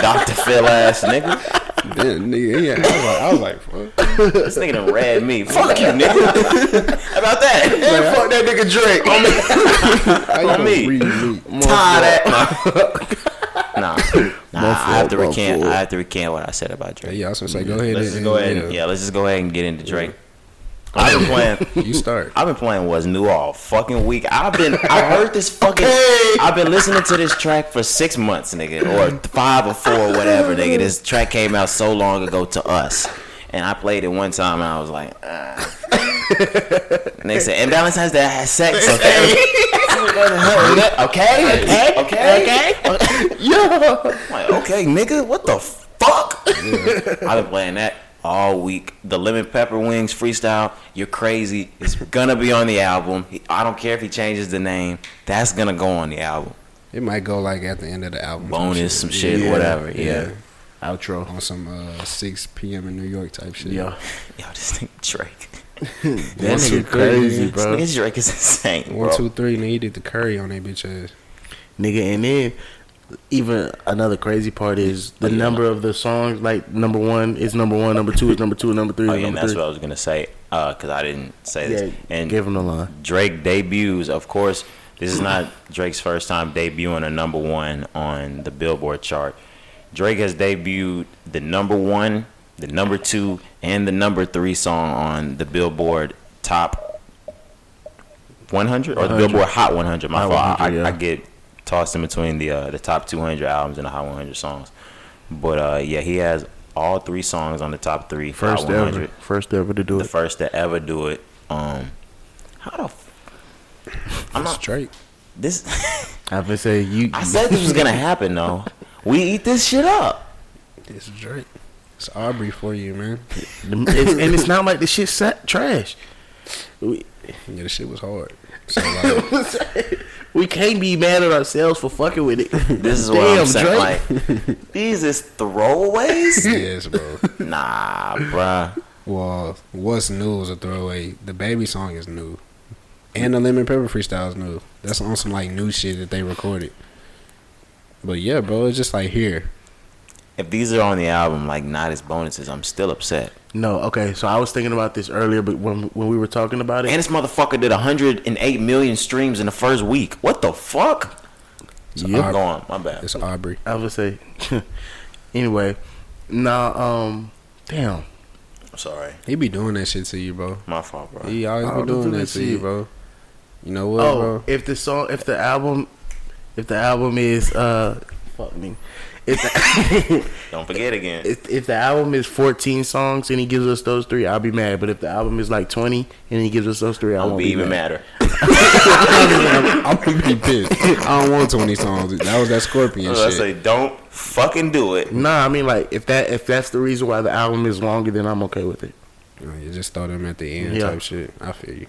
Doctor Phil ass nigga.
Damn, nigga. Yeah, I was like, I was like, fuck.
This nigga done read me. Fuck you, nigga. How about that?
Man, fuck that nigga Drake.
How you gonna
me.
read me?
Tie that. Nah, nah.
My
I have to
fault, my
recant.
fault.
I have to recant what I said about Drake.
Yeah, I was gonna say, go ahead.
Let's just
and,
go ahead. And, yeah, let's just go ahead and get into Drake. I've been playing.
You start.
I've been playing what's new all fucking week. I've been. I heard this fucking. I've been listening to this track for six months, nigga, or five or four, whatever, nigga. This track came out so long ago to us, and I played it one time, and I was like. ah. And they said, and Valentine's Day I had sex. Okay, okay, okay, okay, okay. I'm like, okay, nigga, what the fuck? I've been playing that all week. The Lemon Pepper Wings freestyle, you're crazy. It's gonna be on the album. He- I don't care if he changes the name. That's gonna go on the album.
It might go like at the end of the album.
Bonus, some shit,
Yeah,
whatever. Yeah.
Outro.
On some uh, 6 p.m. in New York type shit.
Yeah.
Yo, this thing Drake.
That
two,
nigga
three,
crazy,
nigga.
This
bro.
nigga Drake is insane,
One,
bro.
two, three, and he did the curry on that bitch ass.
Nigga, and then even another crazy part is
Oh,
the number of the songs. Like number one is number one, number two is number two, number three is
Oh yeah, and
number
that's
three.
what I was gonna say, uh, cause I didn't say
yeah,
this. And
give him the line.
Drake debuts, of course. This is not Drake's first time debuting a number one on the Billboard chart. Drake has debuted the number one, the number two, and the number three song on the Billboard Top 100 or the
100.
Billboard Hot 100. My
Hot
fault. I,
100,
I
yeah.
get tossed in between the uh, the top 200 albums and the Hot 100 songs. But uh, yeah, he has all three songs on the top three.
First
Hot 100
ever, first ever to do
the
it.
first to ever do it. Um, how the f- I'm
That's
not
Drake.
this.
I've been saying you.
I said this was gonna happen though. We eat this shit up.
It's Drake. It's Aubrey for you, man.
It's- and it's not like the shit sat trash. We,
Yeah, the shit was hard. So like,
we can't be mad at ourselves for fucking with it.
This is what I'm saying. Like these is throwaways.
yes, bro.
Nah, bruh.
Well, what's new is a throwaway. The baby song is new, and the lemon pepper freestyle is new. That's on some like new shit that they recorded. But yeah, bro, it's just like here.
If these are on the album, like not as bonuses, I'm still upset.
no, okay. So I was thinking about this earlier, but when when we were talking about it,
And this motherfucker did 108 million streams in the first week. What the fuck? I'm
yeah,
going. My bad.
It's Aubrey.
I would say. anyway, nah. Um, damn.
I'm sorry.
He be doing that shit to you, bro.
My fault, bro.
He always
I
been
don't do
doing
that
that to you,
shit.
bro. You know what,
Oh,
bro?
if the song, if the album, if the album is uh, fuck me. If the,
Don't forget again.
if, if the album is 14 songs and he gives us those three, I'll be mad. But if the album is like 20 and he gives us those three, I
I'll
won't
be even madder.
I'm gonna be pissed. I don't want 20 songs. That was that Scorpion
I
shit.
say, don't fucking do it.
Nah, I mean like if that if that's the reason why the album is longer, then I'm okay with it.
Oh, You just throw them at the end
Yeah.
type shit. I feel you.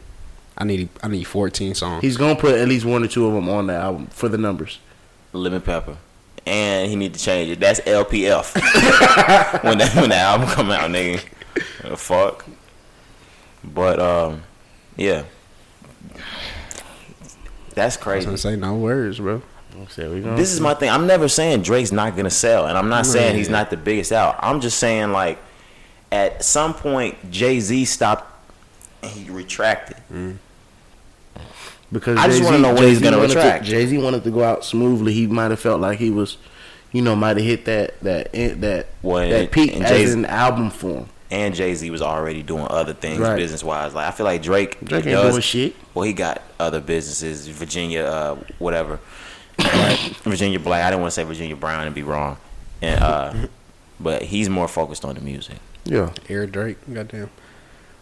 I need I need 14 songs.
He's gonna put at least one or two of them on the album for the numbers.
lemon pepper, and he need to change it. That's LPF. when that when the album come out, nigga, Uh, fuck. But um, yeah, that's
I was
crazy.
gonna say no words, bro.
So we gonna-
This is my thing. I'm never saying Drake's not gonna sell, and I'm not saying he's not the biggest out. I'm just saying like, at some point, Jay Z stopped. And he retracted.
because
I just wanna know what he's gonna retract.
Jay Z wanted to go out smoothly. He might have felt like he was, you know, might have hit that that that
Well,
that peak
and
as
Jay-Z-
an album form.
And Jay Z was already doing other things
Right.
business wise. Like I feel like Drake,
Drake ain't
does-
doing shit.
Well, he got other businesses, Virginia, uh, whatever. Virginia Black. I didn't want to say Virginia Brown and be wrong. And uh, but he's more focused on the music.
Yeah.
Eric Drake, goddamn.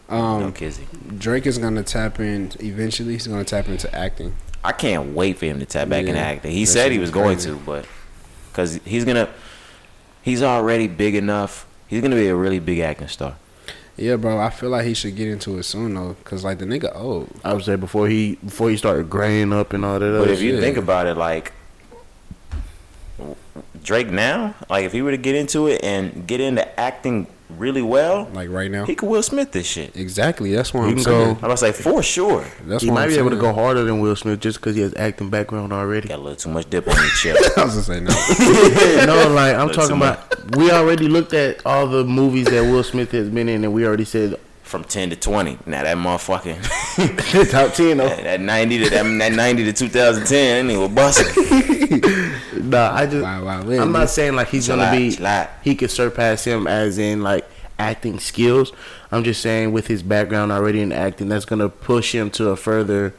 no
Um,
kizzy.
Drake is gonna tap in eventually. He's gonna tap into acting.
I can't wait for him to tap back in
Yeah,
acting. He
that
said
shit
he
is
was going
crazy.
to, but because he's gonna, he's already big enough. He's gonna be a really big acting star.
Yeah, bro. I feel like he should get into it soon though, cause like the nigga old.
I would say before he before he started graying up and all that
But
other
if you
Oh, shit.
think about it, like Drake now, like if he were to get into it and get into acting really well,
Like right now.
he could Will Smith this shit.
Exactly. That's why
He
I'm
can
saying.
I'm about to say for sure.
That's
he
why
might
I'm
be able to
saying.
go harder than Will Smith just because he has acting background already.
Got a little too much dip on your chin.
I was gonna say no.
no, like I'm
That's
talking
a lot.
about. We already looked at all the movies that Will Smith has been in, and we already said
From ten to twenty. Now that motherfucking
top ten. though.
that ninety to that, that ninety to two thousand ten, that nigga was busting.
Nah, I just.
Wow, wow,
I'm
man.
not saying like he's
Chill
gonna
out,
be.
chill out.
He could surpass him as in like acting skills. I'm just saying with his background already in acting, that's gonna push him to a further,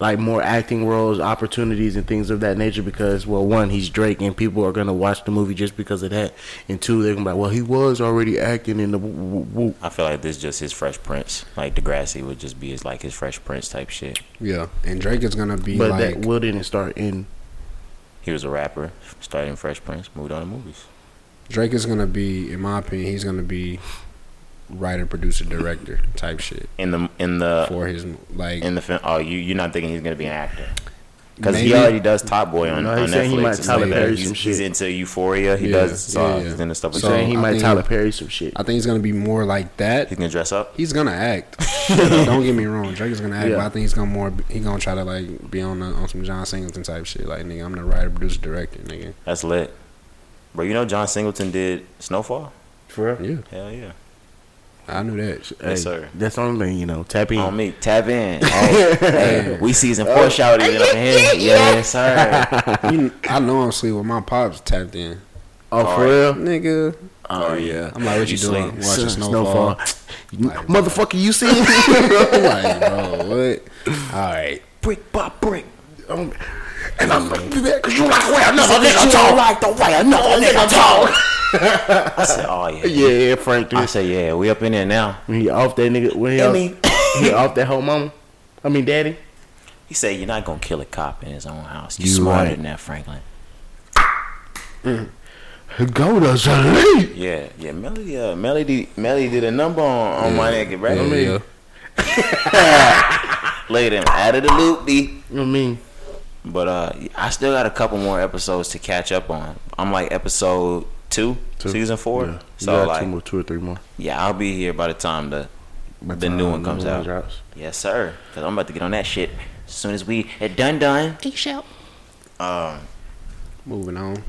like more acting roles, opportunities, and things of that nature. Because well, one, he's Drake, and people are gonna watch the movie just because of that. And two, they're gonna be like, well, he was already acting in the. W- w- w-
I feel like this is just his Fresh Prince. Like Degrassi would just be his like his Fresh Prince type shit.
Yeah, and Drake is gonna be
But
like.
that Will didn't start in.
He was a rapper, started in Fresh Prince, moved on to movies.
Drake is gonna be, in my opinion, he's gonna be writer, producer, director type shit
In the in the
for his like.
in the film. Oh, you you're not thinking he's gonna be an actor because he
Maybe-
already does Top Boy on,
No,
on
he's saying
Netflix.
he might
It's
Tyler
like that.
Perry
he's,
some
he's
shit.
into Euphoria. He
Yeah,
does songs
yeah, yeah.
and stuff like
So-
saying
that.
he
I
might
think-
Tyler Perry some shit.
I think he's gonna be more like that.
He's gonna dress up.
He's gonna act. Don't get me wrong. Drake is gonna act,
Yeah.
but I think he's gonna more. He gonna try to like be on the, on some John Singleton type shit. Like nigga, I'm the writer, producer, director, nigga.
That's lit. Bro, you know John Singleton did Snowfall.
For
Yeah,
Hell yeah.
I knew that.
Yes, sir.
That's the only thing you know. Tap in. Oh,
On me, tap in. Hey, hey, we season
Oh.
four shouted it up in here. Yes, sir.
You- I know I'm sleep with my pops tapped in,
oh, for
Alright.
real.
nigga.
Oh yeah.
I'm like, what you,
You
doing?
sleep.
Watching
Son,
snowfall.
You- Motherfucker, you see
like, bro, what? All right.
Brick by brick.
And I'm like, because you like the way another
nigga talk.
like the way another nigga talk.
I said, oh yeah.
Yeah, yeah, Frank
I
did.
said, yeah, we up in there now.
When he off that nigga, when he,
I
off,
mean-
he off that whole mama. I mean, daddy.
He said, you're not gonna kill a cop in his own house. You
You
smarter
right.
than that, Franklin.
Go to sleep.
Yeah, yeah. Melody, uh, Melody, Melody did a number on, on my nigga, right?
Yeah, yeah.
Laid him out of the loop, D.
You know what I mean?
But uh, I still got a couple more episodes to catch up on. I'm like episode two, season four.
Yeah.
So
So,
like,
two, more, two or three more.
yeah, I'll be here by the time the
By
the
time
new one comes
the
out.
drops.
Yes, sir. Cause I'm about to get on that shit as soon as we at done done.
Moving on.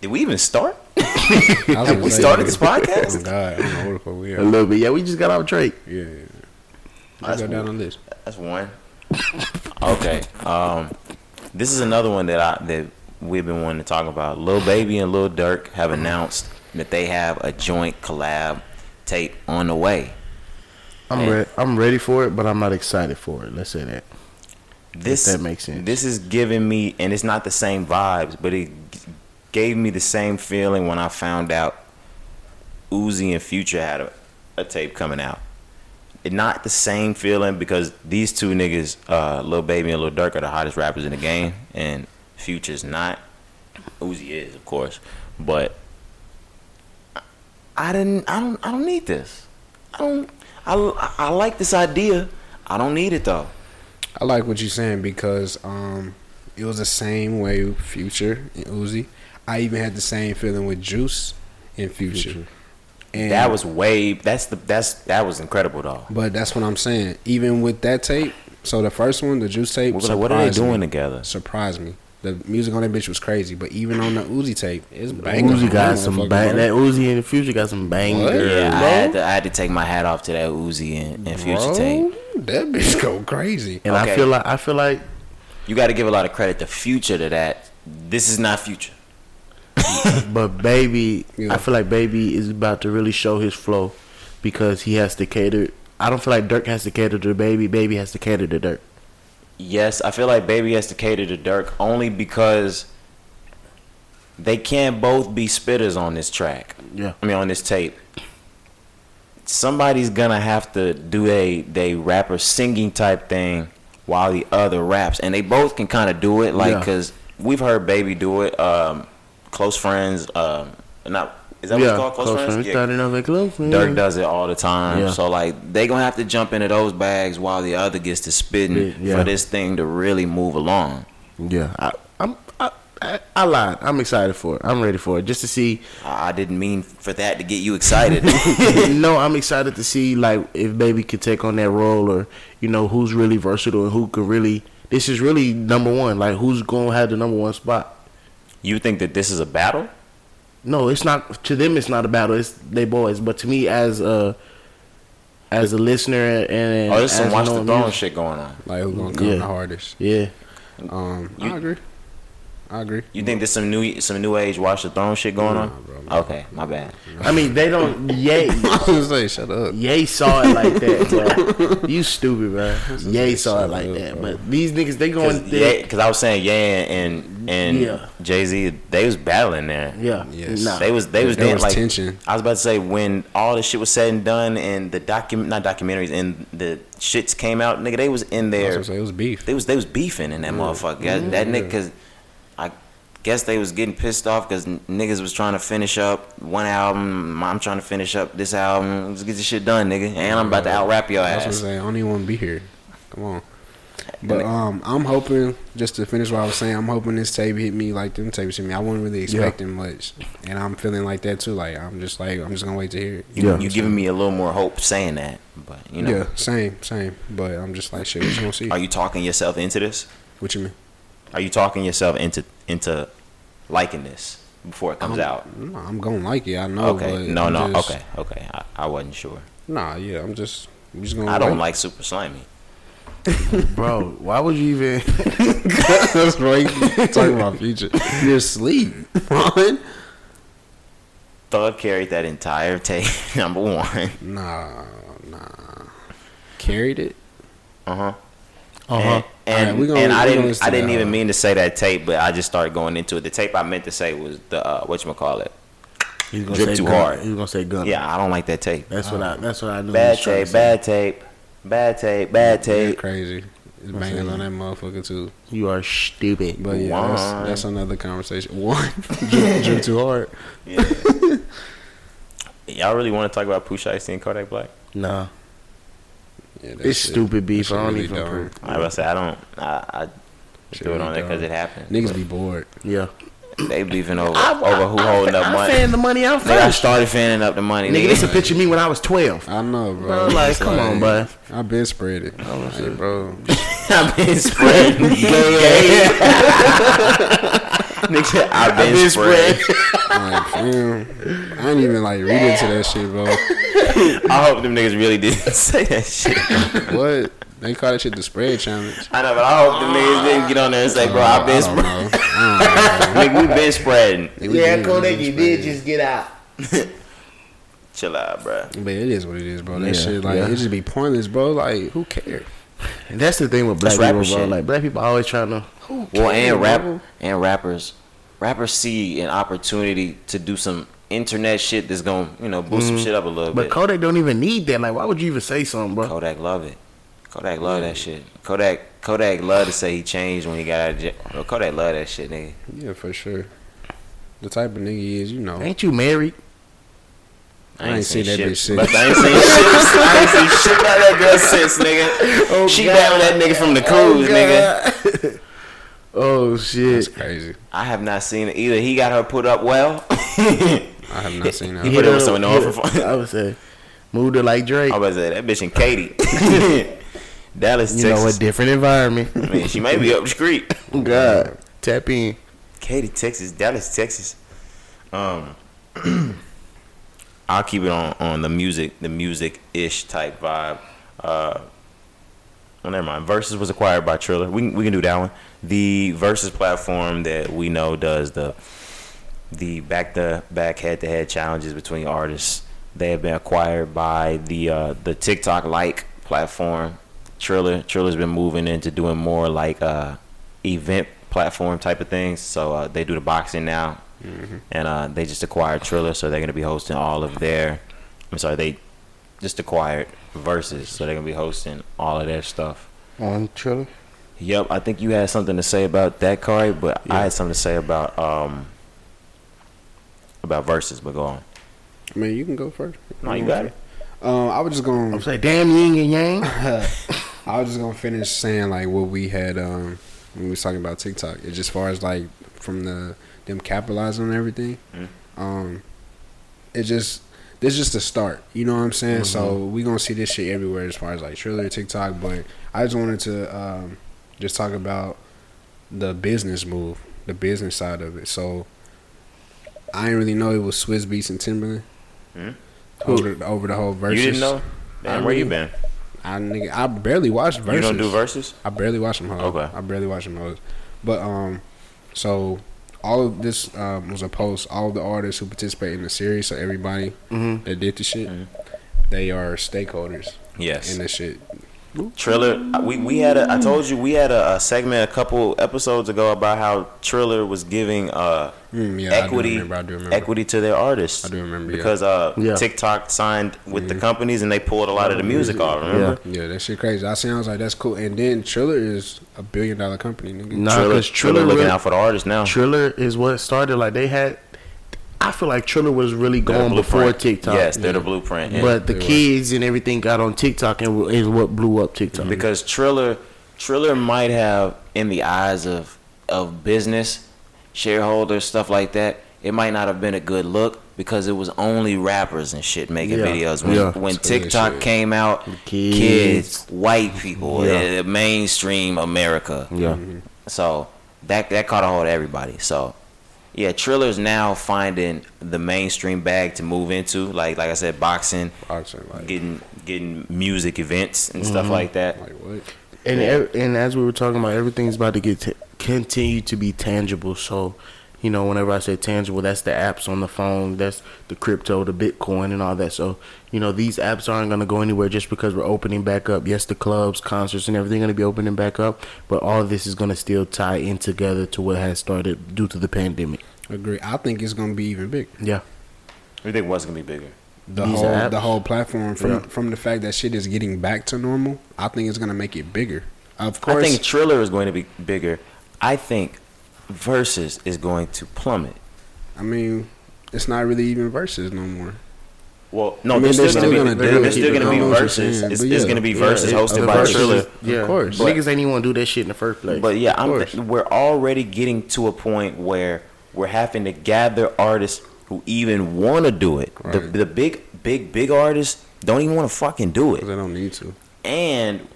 Did we even start?
I was
Have
gonna
we
say,
started
like,
this podcast?
Oh God, I don't know where the fuck we
A
are.
little bit. Yeah, we just got off Drake.
Yeah, yeah.
That's
Let's go down the list.
That's one. okay. Um, this is another one that I that we've been wanting to talk about. Lil Baby and Lil Durk have announced that they have a joint collab tape on the way.
I'm,
Yeah.
re- I'm ready for it, but I'm not excited for it. Let's say that.
This
that makes sense.
This is giving me, and it's not the same vibes, but it g- gave me the same feeling when I found out Uzi and Future had a, a tape coming out. It not the same feeling because these two niggas, uh, Lil Baby and Lil Durk, are the hottest rappers in the game, and Future's not. Uzi is, of course, but I- I didn't. I don't. I don't need this. I don't. I, I like this idea. I don't need it though.
I like what you're saying because um, it was the same way with Future and Uzi. I even had the same feeling with Juice and Future. And
That was way. That's the. That's that was incredible though.
but that's what I'm saying. Even with that tape, so the first one, the Juice tape,
We're like, what are they
surprised
doing
Me.
together?
Surprised me. The music on that bitch was crazy, but even on the Uzi tape, it's banging.
Uzi got some bang.
bangers.
That Uzi in the future got some
What?
bangers.
Yeah, I
Bro?
had to. I had to take my hat off to that Uzi and, and Future tape.
That bitch go crazy.
And
Okay.
I feel like I feel like
You got to give a lot of credit to Future to that. This is not Future.
But baby,
Yeah.
I feel like baby is about to really show his flow because he has to cater. I don't feel like Dirk has to cater to baby. Baby has to cater to Dirk.
Yes, I feel like Baby has to cater to Dirk only because they can't both be spitters on this track.
Yeah.
I mean on this tape. somebody's gonna have to do a they rapper singing type thing while the other raps, and they both can kind of do it. Like,
Yeah.
cause we've heard Baby do it. Um, close friends. Um, not is that what it's called? Close, friends. Yeah.
Thought another close friend.
Dirk does it all the time.
Yeah.
So like they gonna have to jump into those bags while the other gets to spitting
Yeah.
for this thing to really move along.
Yeah, I, I'm. I, I, I lied. I'm excited for it. I'm ready for it. Just to see.
I I didn't mean for that to get you excited.
no, I'm excited to see like if Baby could take on that role, or you know who's really versatile and who could really. This is really number one. Like who's gonna have the number one spot?
you think that this is a battle?
No, it's not to them. It's not a battle. It's they boys. But to me, as a as a listener and, and
Oh, there's some
as
watch the
knowing
throne
music-
shit going on.
Like who's gonna come
Yeah.
the hardest?
Yeah,
Um,
You-
I agree. I agree.
You think there's some new some new age watch the throne shit going
Nah,
on?
bro,
okay, my bad.
I mean they don't. Yay,
I was gonna say, shut up.
Yay saw it like that, bro. You stupid, bro. Yay saw it like that. But these niggas, they going.
Because
there.
I was saying yeah and and
Yeah.
Jay Z they was battling there.
Yeah.
Yes.
Nah.
They was they was
There
doing
was
like
tension.
I was about to say when all the shit was said and done and the document not documentaries and the shits came out, nigga, they was in
I was
there.
gonna say it was beef.
They was they was beefing in that motherfucker. That, that nigga, cause I guess they was getting pissed off because niggas was trying to finish up one album. I'm trying to finish up this album. Let's get this shit done, nigga. And I'm about to out rap your
That's what I'm
ass.
saying. I don't even want to be here. Come on. But um, I'm hoping just to finish what I was saying. I'm hoping this tape hit me like them tapes hit me. I wasn't really expecting much, and I'm feeling like that too. Like I'm just like I'm just gonna wait to hear it.
You,
Yeah.
you giving me a little more hope saying that, but you know,
Yeah, same, same. But I'm just like shit. We just gonna see.
are you talking yourself into this?
What you mean?
Are you talking yourself into into liking this before it comes out?
No, I'm gonna like it. I know.
Okay,
but
no,
I'm
no,
just-
okay, okay. I, I wasn't sure.
Nah, yeah. I'm just. I'm just gonna.
I don't
wait.
like super slimy.
bro, why would you even?
That's right. Talking about future. You're asleep. man.
Thug carried that entire tape. Number one.
nah, nah. Carried it.
Uh huh.
Uh huh.
And, and,
Alright, we gonna-
and I
we gonna
didn't
listen
I
to
didn't
that
even
one.
mean to say that tape, but I just started going into it. The tape I meant to say was the uh, what you call it.
He's gonna
Drip
say
too
gun.
hard.
He's gonna say gun.
Yeah, I don't like that tape.
That's what I. That's what I knew. he
Bad
was trying
tape,
to say.
bad tape, bad tape, bad
You're
tape.
crazy. It's banging on that motherfucker too.
You are stupid.
But yeah,
One.
that's, that's another conversation. One, drip, drip too hard.
Y'all really want to talk about Pusha T and Kodak Black?
Nah,
Yeah, that
it's
shit-
stupid
that
beef.
shit
I don't
really
even.
dumb.
Prove.
I was say I don't. I, I
Shit
do it
really
on there because
dumb.
it happened.
Niggas be bored.
Yeah.
They beefing over over who holding up
I'm
money.
fanning the money out
Nigga, I
first.
started fanning up the money.
Nigga,
nigga.
this a picture of me when I was twelve.
I know, bro.
Bro, like,
It's
come on, bro. Oh,
I been spread it. Like, bro.
I've been spreading gay. Nigga, I've been,
been
spreading.
Like, damn. I ain't even like read into that shit, bro.
I hope them niggas really didn't say that shit.
What? They call that shit the spread challenge.
I know, but I hope them niggas didn't get on there and say, bro, I've been
I don't
spreading.
know. I don't know,
Nigga, we been spreading.
bro. We been- we been spread it.
get out.
Chill out, bro.
But it is what it is, bro. That
Yeah,
shit, like,
yeah.
it just be pointless, bro. Like, who cares?
And that's the thing with black
That's
people,
rapper
bro.
shit.
Like black people always trying to.
Well, and rap
bro.
and rappers, rappers see an opportunity to do some internet shit that's gonna you know boost some shit up a little
But
bit.
Kodak don't even need that. Like, why would you even say something, bro?
Kodak love it. Kodak love that shit. Kodak Kodak love to say he changed when he got out of jail. Bro, Kodak love that shit, nigga.
Yeah, for sure. The type of nigga he is, you know.
Ain't you married?
I ain't,
ain't
seen,
seen that
shit.
bitch since.
But I ain't seen shit. I ain't seen shit about that girl since, nigga. she
God.
down with that nigga from the
Oh,
cruise, nigga.
nigga. oh
That's
shit.
crazy.
I have not seen it either. He got her put up well.
I have not seen
He
that.
put
Hit
up with
up-
someone
hit
known
up-
for-
I would say, move to like Drake.
I was say that bitch and Katie, Dallas,
You know, a
Texas.
different environment.
Man, she may be up the street.
God, tap in.
Katy, Texas, Dallas, Texas. Um, I'll keep it on on the music, the music ish type vibe. Uh, well, never mind. Versus was acquired by Triller. We can, we can do that one. The Versus platform that we know does the the back to back head to head challenges between artists. They have been acquired by the uh, the TikTok like platform. Triller Triller's been moving into doing more like uh, event platform type of things. So uh, they do the boxing now, and uh, they just acquired Triller, so they're going to be hosting all of their. I'm sorry, they just acquired versus, so they're gonna be hosting all of their stuff.
On Triller?
Yep, I think you had something to say about that card, but I had something to say about um about versus. But go on.
I mean, you can go first.
No, you got it.
Um, I was just going.
I'm saying, damn yin and yang.
Uh-huh.
I was just gonna finish saying like what we had um, when we was talking about TikTok. It's just far as like from the them capitalizing on everything.
Mm-hmm.
Um, it just this just the start. You know what I'm saying? So
Mm-hmm.
we gonna see this shit everywhere as far as like Triller, TikTok. But I just wanted to um, just talk about the business move, the business side of it. So I didn't really know it was Swiss Beats and Timberland
Mhm.
over, over the whole versus.
You didn't know? Damn,
I
where you
mean,
been?
I nigga, I barely watched versus.
You don't do verses?
I barely watch them hoes.
Okay.
I barely watch them hoes. But um, so all of this um, was a post. All of the artists who participate in the series, so everybody
Mhm.
that did the shit, they are stakeholders
Yes.
in this shit.
Triller, we, we had a. I told you we had a, a segment a couple episodes ago about how Triller was giving uh
Mm, yeah,
equity
I do remember. I do remember.
equity to their artists.
I do remember, yeah.
because uh
Yeah.
TikTok signed with the companies and they pulled a lot of the music off. Remember?
Yeah, that shit crazy. I sounds like that's cool. And then Triller is a billion dollar company. Nigga.
Nah,
Triller, Triller,
'cause Triller
looking
really-
out for the artists now.
Triller is what started. Like they had, I feel like Triller was really going before
blueprint.
TikTok.
Yes, they're the blueprint. yeah.
but the
They were.
kids and everything got on TikTok and w- is what blew up TikTok.
because Triller Triller might have in the eyes of of business shareholders stuff like that it might not have been a good look because it was only rappers and shit making
Yeah.
videos when
Yeah.
when
That's good
TikTok
shit.
came out
Kids.
kids, white people
Yeah.
eh, mainstream America
Yeah.
so that that caught a hold of everybody so yeah Triller's now finding the mainstream bag to move into like like I said boxing
Boxing, like,
getting getting music events and
Mm-hmm.
stuff like that
like what?
And ev- and as we were talking about, everything's about to get t- continue to be tangible. So, you know, whenever I say tangible, that's the apps on the phone, that's the crypto, the Bitcoin, and all that. So, you know, these apps aren't going to go anywhere just because we're opening back up. Yes, the clubs, concerts, and everything going to be opening back up, but all this is going to still tie in together to what has started due to the pandemic.
Agree. I think it's gonna be even bigger.
Yeah,
we think what's gonna be bigger
The
These
whole
apps.
the whole platform from
Yeah.
from the fact that shit is getting back to normal. I think it's gonna make it bigger. Of
I
course,
think Triller is going to be bigger. I think Versus is going to plummet.
I mean, it's not really even verses no more.
Well, no,
I mean,
there's
they're
still
still
going to
gonna
be
do it.
there's still going to
I
be
know what you're
Versus.
saying,
It's,
but
it's
yeah.
going to be
Yeah,
Versus
it-
hosted
the
by
verses
Triller.
is- Yeah. Of course.
But, niggas ain't even want to do that shit in the first place.
But yeah, I'm
course.
we're already getting to a point where we're having to gather artists who even want to do it. The,
Right.
the big, big, big artists don't even want to fucking do it.
Because I don't need to.
And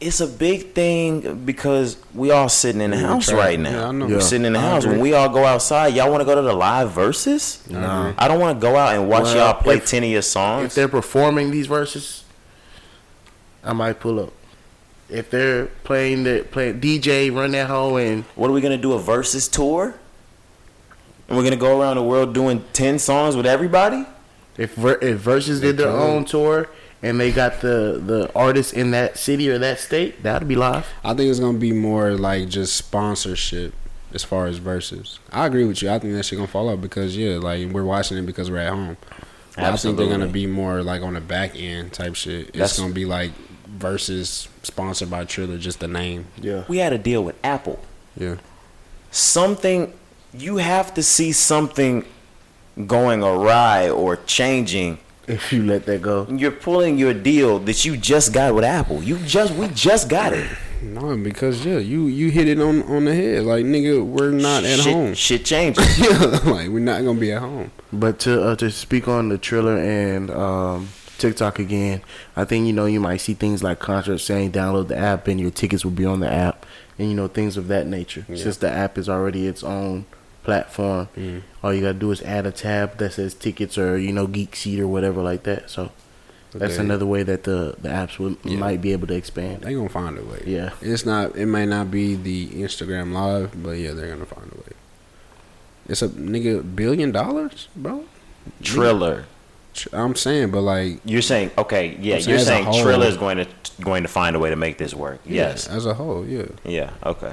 it's a big thing because we all sitting in the
Yeah,
house
trap.
right
Yeah,
now.
I know.
We're
Yeah.
sitting in the
I
house. When
agree.
we all go outside, y'all want to go to the live verses?
Nah.
I don't want to go out and watch
Well,
y'all play
if-
ten of your
if
songs.
they're performing these verses, I might pull up. If they're playing the play DJ, run that hoe and
What are we gonna do? A verses tour? And we're gonna go around the world doing ten songs with everybody?
if Ver- if verses did their own tour and they got the the artist in that city or that state, that'd be live.
I think it's gonna be more like just sponsorship as far as verses. I agree with you. I think that shit gonna fall off because yeah, like we're watching it because we're at home. But I think they're gonna
Absolutely.
be more like on the back end type shit. It's
That's-
gonna be like verses sponsored by Triller, just the name.
Yeah.
We had a deal with Apple.
Yeah.
something you have to see something going awry or changing
If you let that go.
you're pulling your deal that you just got with apple you just we just got it
No, because yeah, you you hit it on on the head. Like nigga, we're not at
shit,
home.
shit changes
Yeah, like we're not gonna be at home.
But to uh, to speak on the Triller and um, TikTok again, I think you know you might see things like concerts saying download the app and your tickets will be on the app, and you know things of that nature. Since the app is already its own platform,
Mm-hmm.
all you gotta do is add a tab that says tickets or you know Geek Seat or whatever like that. So that's
Okay.
another way that the the apps would, might be able to expand.
They gonna find a way.
Yeah.
It's not. It may not be the Instagram live, but yeah, they're gonna find a way. It's a nigga billion dollars, bro.
triller
Tr- I'm saying, but like,
you're saying okay yeah
I'm saying
you're
as a
saying
whole.
triller is going to going to find a way to make this work
yeah,
yes
as a whole, yeah.
yeah okay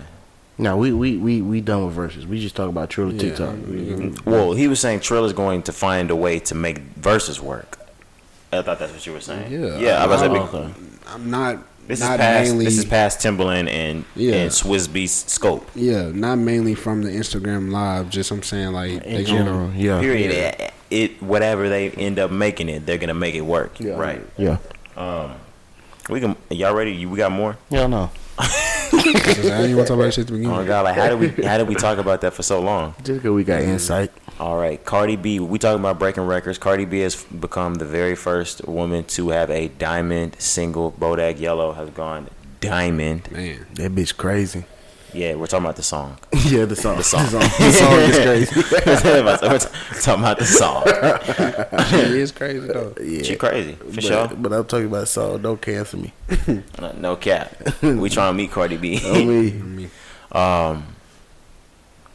Now we we we we done with verses. We just talk about Triller
Yeah, Mm-hmm.
TikTok.
we-
well he was saying triller is going to find a way to make versus work I thought that's what you were saying.
Yeah.
yeah. I was
Oh,
like,
okay.
I'm not.
this is
not
past.
mainly,
This is past Timberland and
Yeah.
and Swiss Beast scope.
Yeah, not mainly from the Instagram live. Just I'm saying like
in
they gonna-
general.
Uh,
Yeah,
Period. It, it- whatever they end up making it, they're gonna make it work.
Yeah.
Right.
yeah,
We can. Y'all ready? You- We got more.
yeah. No,
I didn't even want to talk about that shit to begin
Oh my
with.
god! Like how did we how did we talk about that for so long?
just because we got insight.
All right, Cardi B. We talking about breaking records. Cardi B has become the very first woman to have a diamond single. Bodak Yellow has gone diamond.
Man,
That bitch crazy.
Yeah, we're talking about the song.
yeah, the song. The
song.
The song, the song is crazy.
we're talking about we're talking about the song.
she is crazy though.
Yeah.
She crazy for
but,
sure.
But I'm talking about song. Don't cancel me.
No, no cap. we trying to meet Cardi B.
I mean,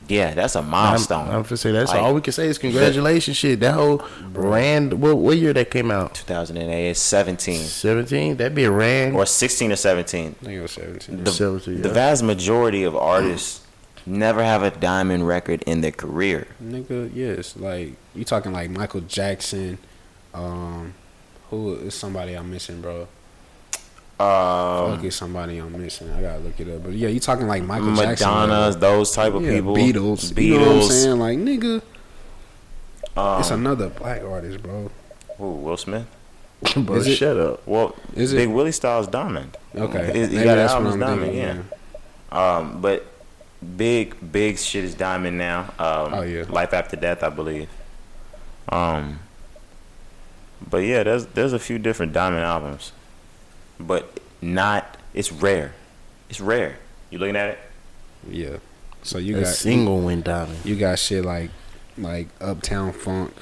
yeah, that's a
I'm,
milestone.
I'm for say that's
Like,
all we can say is congratulations. shit, that whole Rand. What, what year that came out?
2008 is 17
Seventeen. That'd be a Rand.
or 16 or 17.
I think it was 17.
The,
17,
the
yeah.
vast majority of artists never have a diamond record in their career.
Nigga, yes, like you talking like Michael Jackson. Um, who is somebody I'm missing, bro?
Um,
Fuck is somebody I'm missing. I gotta look it up. But yeah, you talking like Michael Jackson,
Madonna's, those type of
bro. yeah,
people.
Beatles,
Beatles.
You know what I'm saying? Like nigga,
Um,
it's another black artist, bro.
who, Will Smith.
Bro,
Is it-
shut up.
Well,
Is it-
Big Willie Styles diamond.
Okay,
He- he
maybe
got an
that's what
album
I'm
diamond.
thinking,
yeah. Um, but big, big shit is diamond now. Um,
Oh, yeah.
Life after death, I believe. Um, but yeah, there's there's a few different diamond albums, but not. It's rare. It's rare. You looking at it?
yeah. So you
A
got
single went diamond.
You got shit like like Uptown Funk.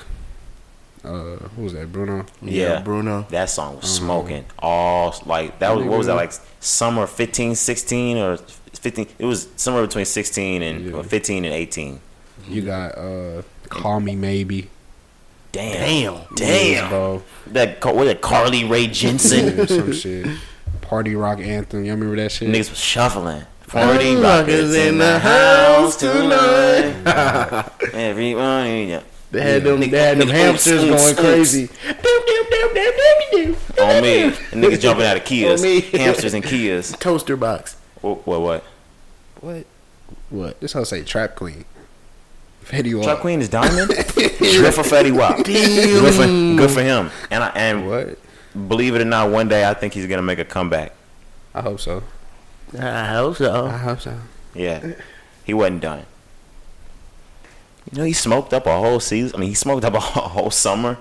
Uh, who was that? Bruno.
Yeah.
Bruno.
That song was smoking all like that was what was that like summer 15, 16 or 15 it was somewhere between 16 and
Yeah.
or 15 and 18. Mm-hmm.
You got uh, Call Me Maybe.
Damn. Damn.
Yes, bro.
That Car- what that Carly Ray Jensen
Yeah, some shit. Party rock anthem. Y'all remember that shit?
niggas was shuffling. Party rockers
rockers
in
in
the
the
house
house
tonight. Everyone, yeah.
They had them.
Nigga-
They had them
nigga,
hamsters
oops, oops,
going
oops.
crazy. Doop, doop, doop, doop, doop, doop, doop,
on me.
doop.
And niggas jumping out of Kias,
On me.
hamsters and Kias.
Toaster box.
What what? what?
What?
What?
This hoe say Trap Queen. Fetty Wap.
Chuck Queen is diamond. good for Fetty Wap. Good for, good for him. And I and
What?
believe it or not, one day I think he's gonna make a comeback.
I hope so.
I hope
Oh.
so.
hope so.
Yeah, he wasn't done. You know, he smoked up a whole season. I mean, he smoked up a whole whole summer.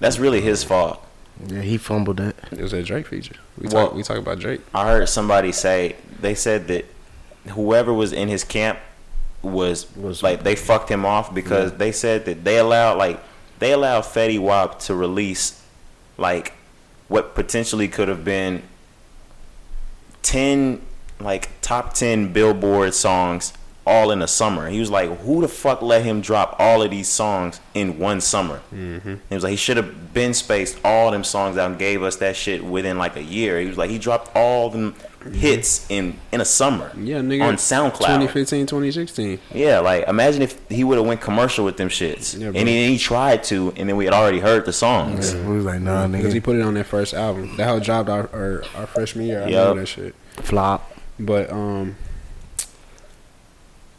That's really his fault.
Yeah, he fumbled that.
It was a Drake feature. We
Well-
talk. We talk about Drake.
I heard somebody say they said that whoever was in his camp was,
Was-
like they fucked him off because they said that they allowed like they allowed Fetty Wap to release like what potentially could have been ten like top ten Billboard songs all in the summer. He was like, "Who the fuck let him drop all of these songs in one summer?" Mm-hmm. He was like, "He should have been spaced all them songs out and gave us that shit within like a year." He was like, "He dropped all them hits in in a summer."
Yeah, nigga.
on SoundCloud.
2015, 2016.
Yeah, like imagine if he would have went commercial with them shits,
Yeah,
and
bro.
then he tried to, and then we had already heard the songs.
We was like, nah,
Because he
nigga.
put it on that first album. That hoe dropped our our, our freshman year. I
Yup.
know that shit.
Flop.
But um,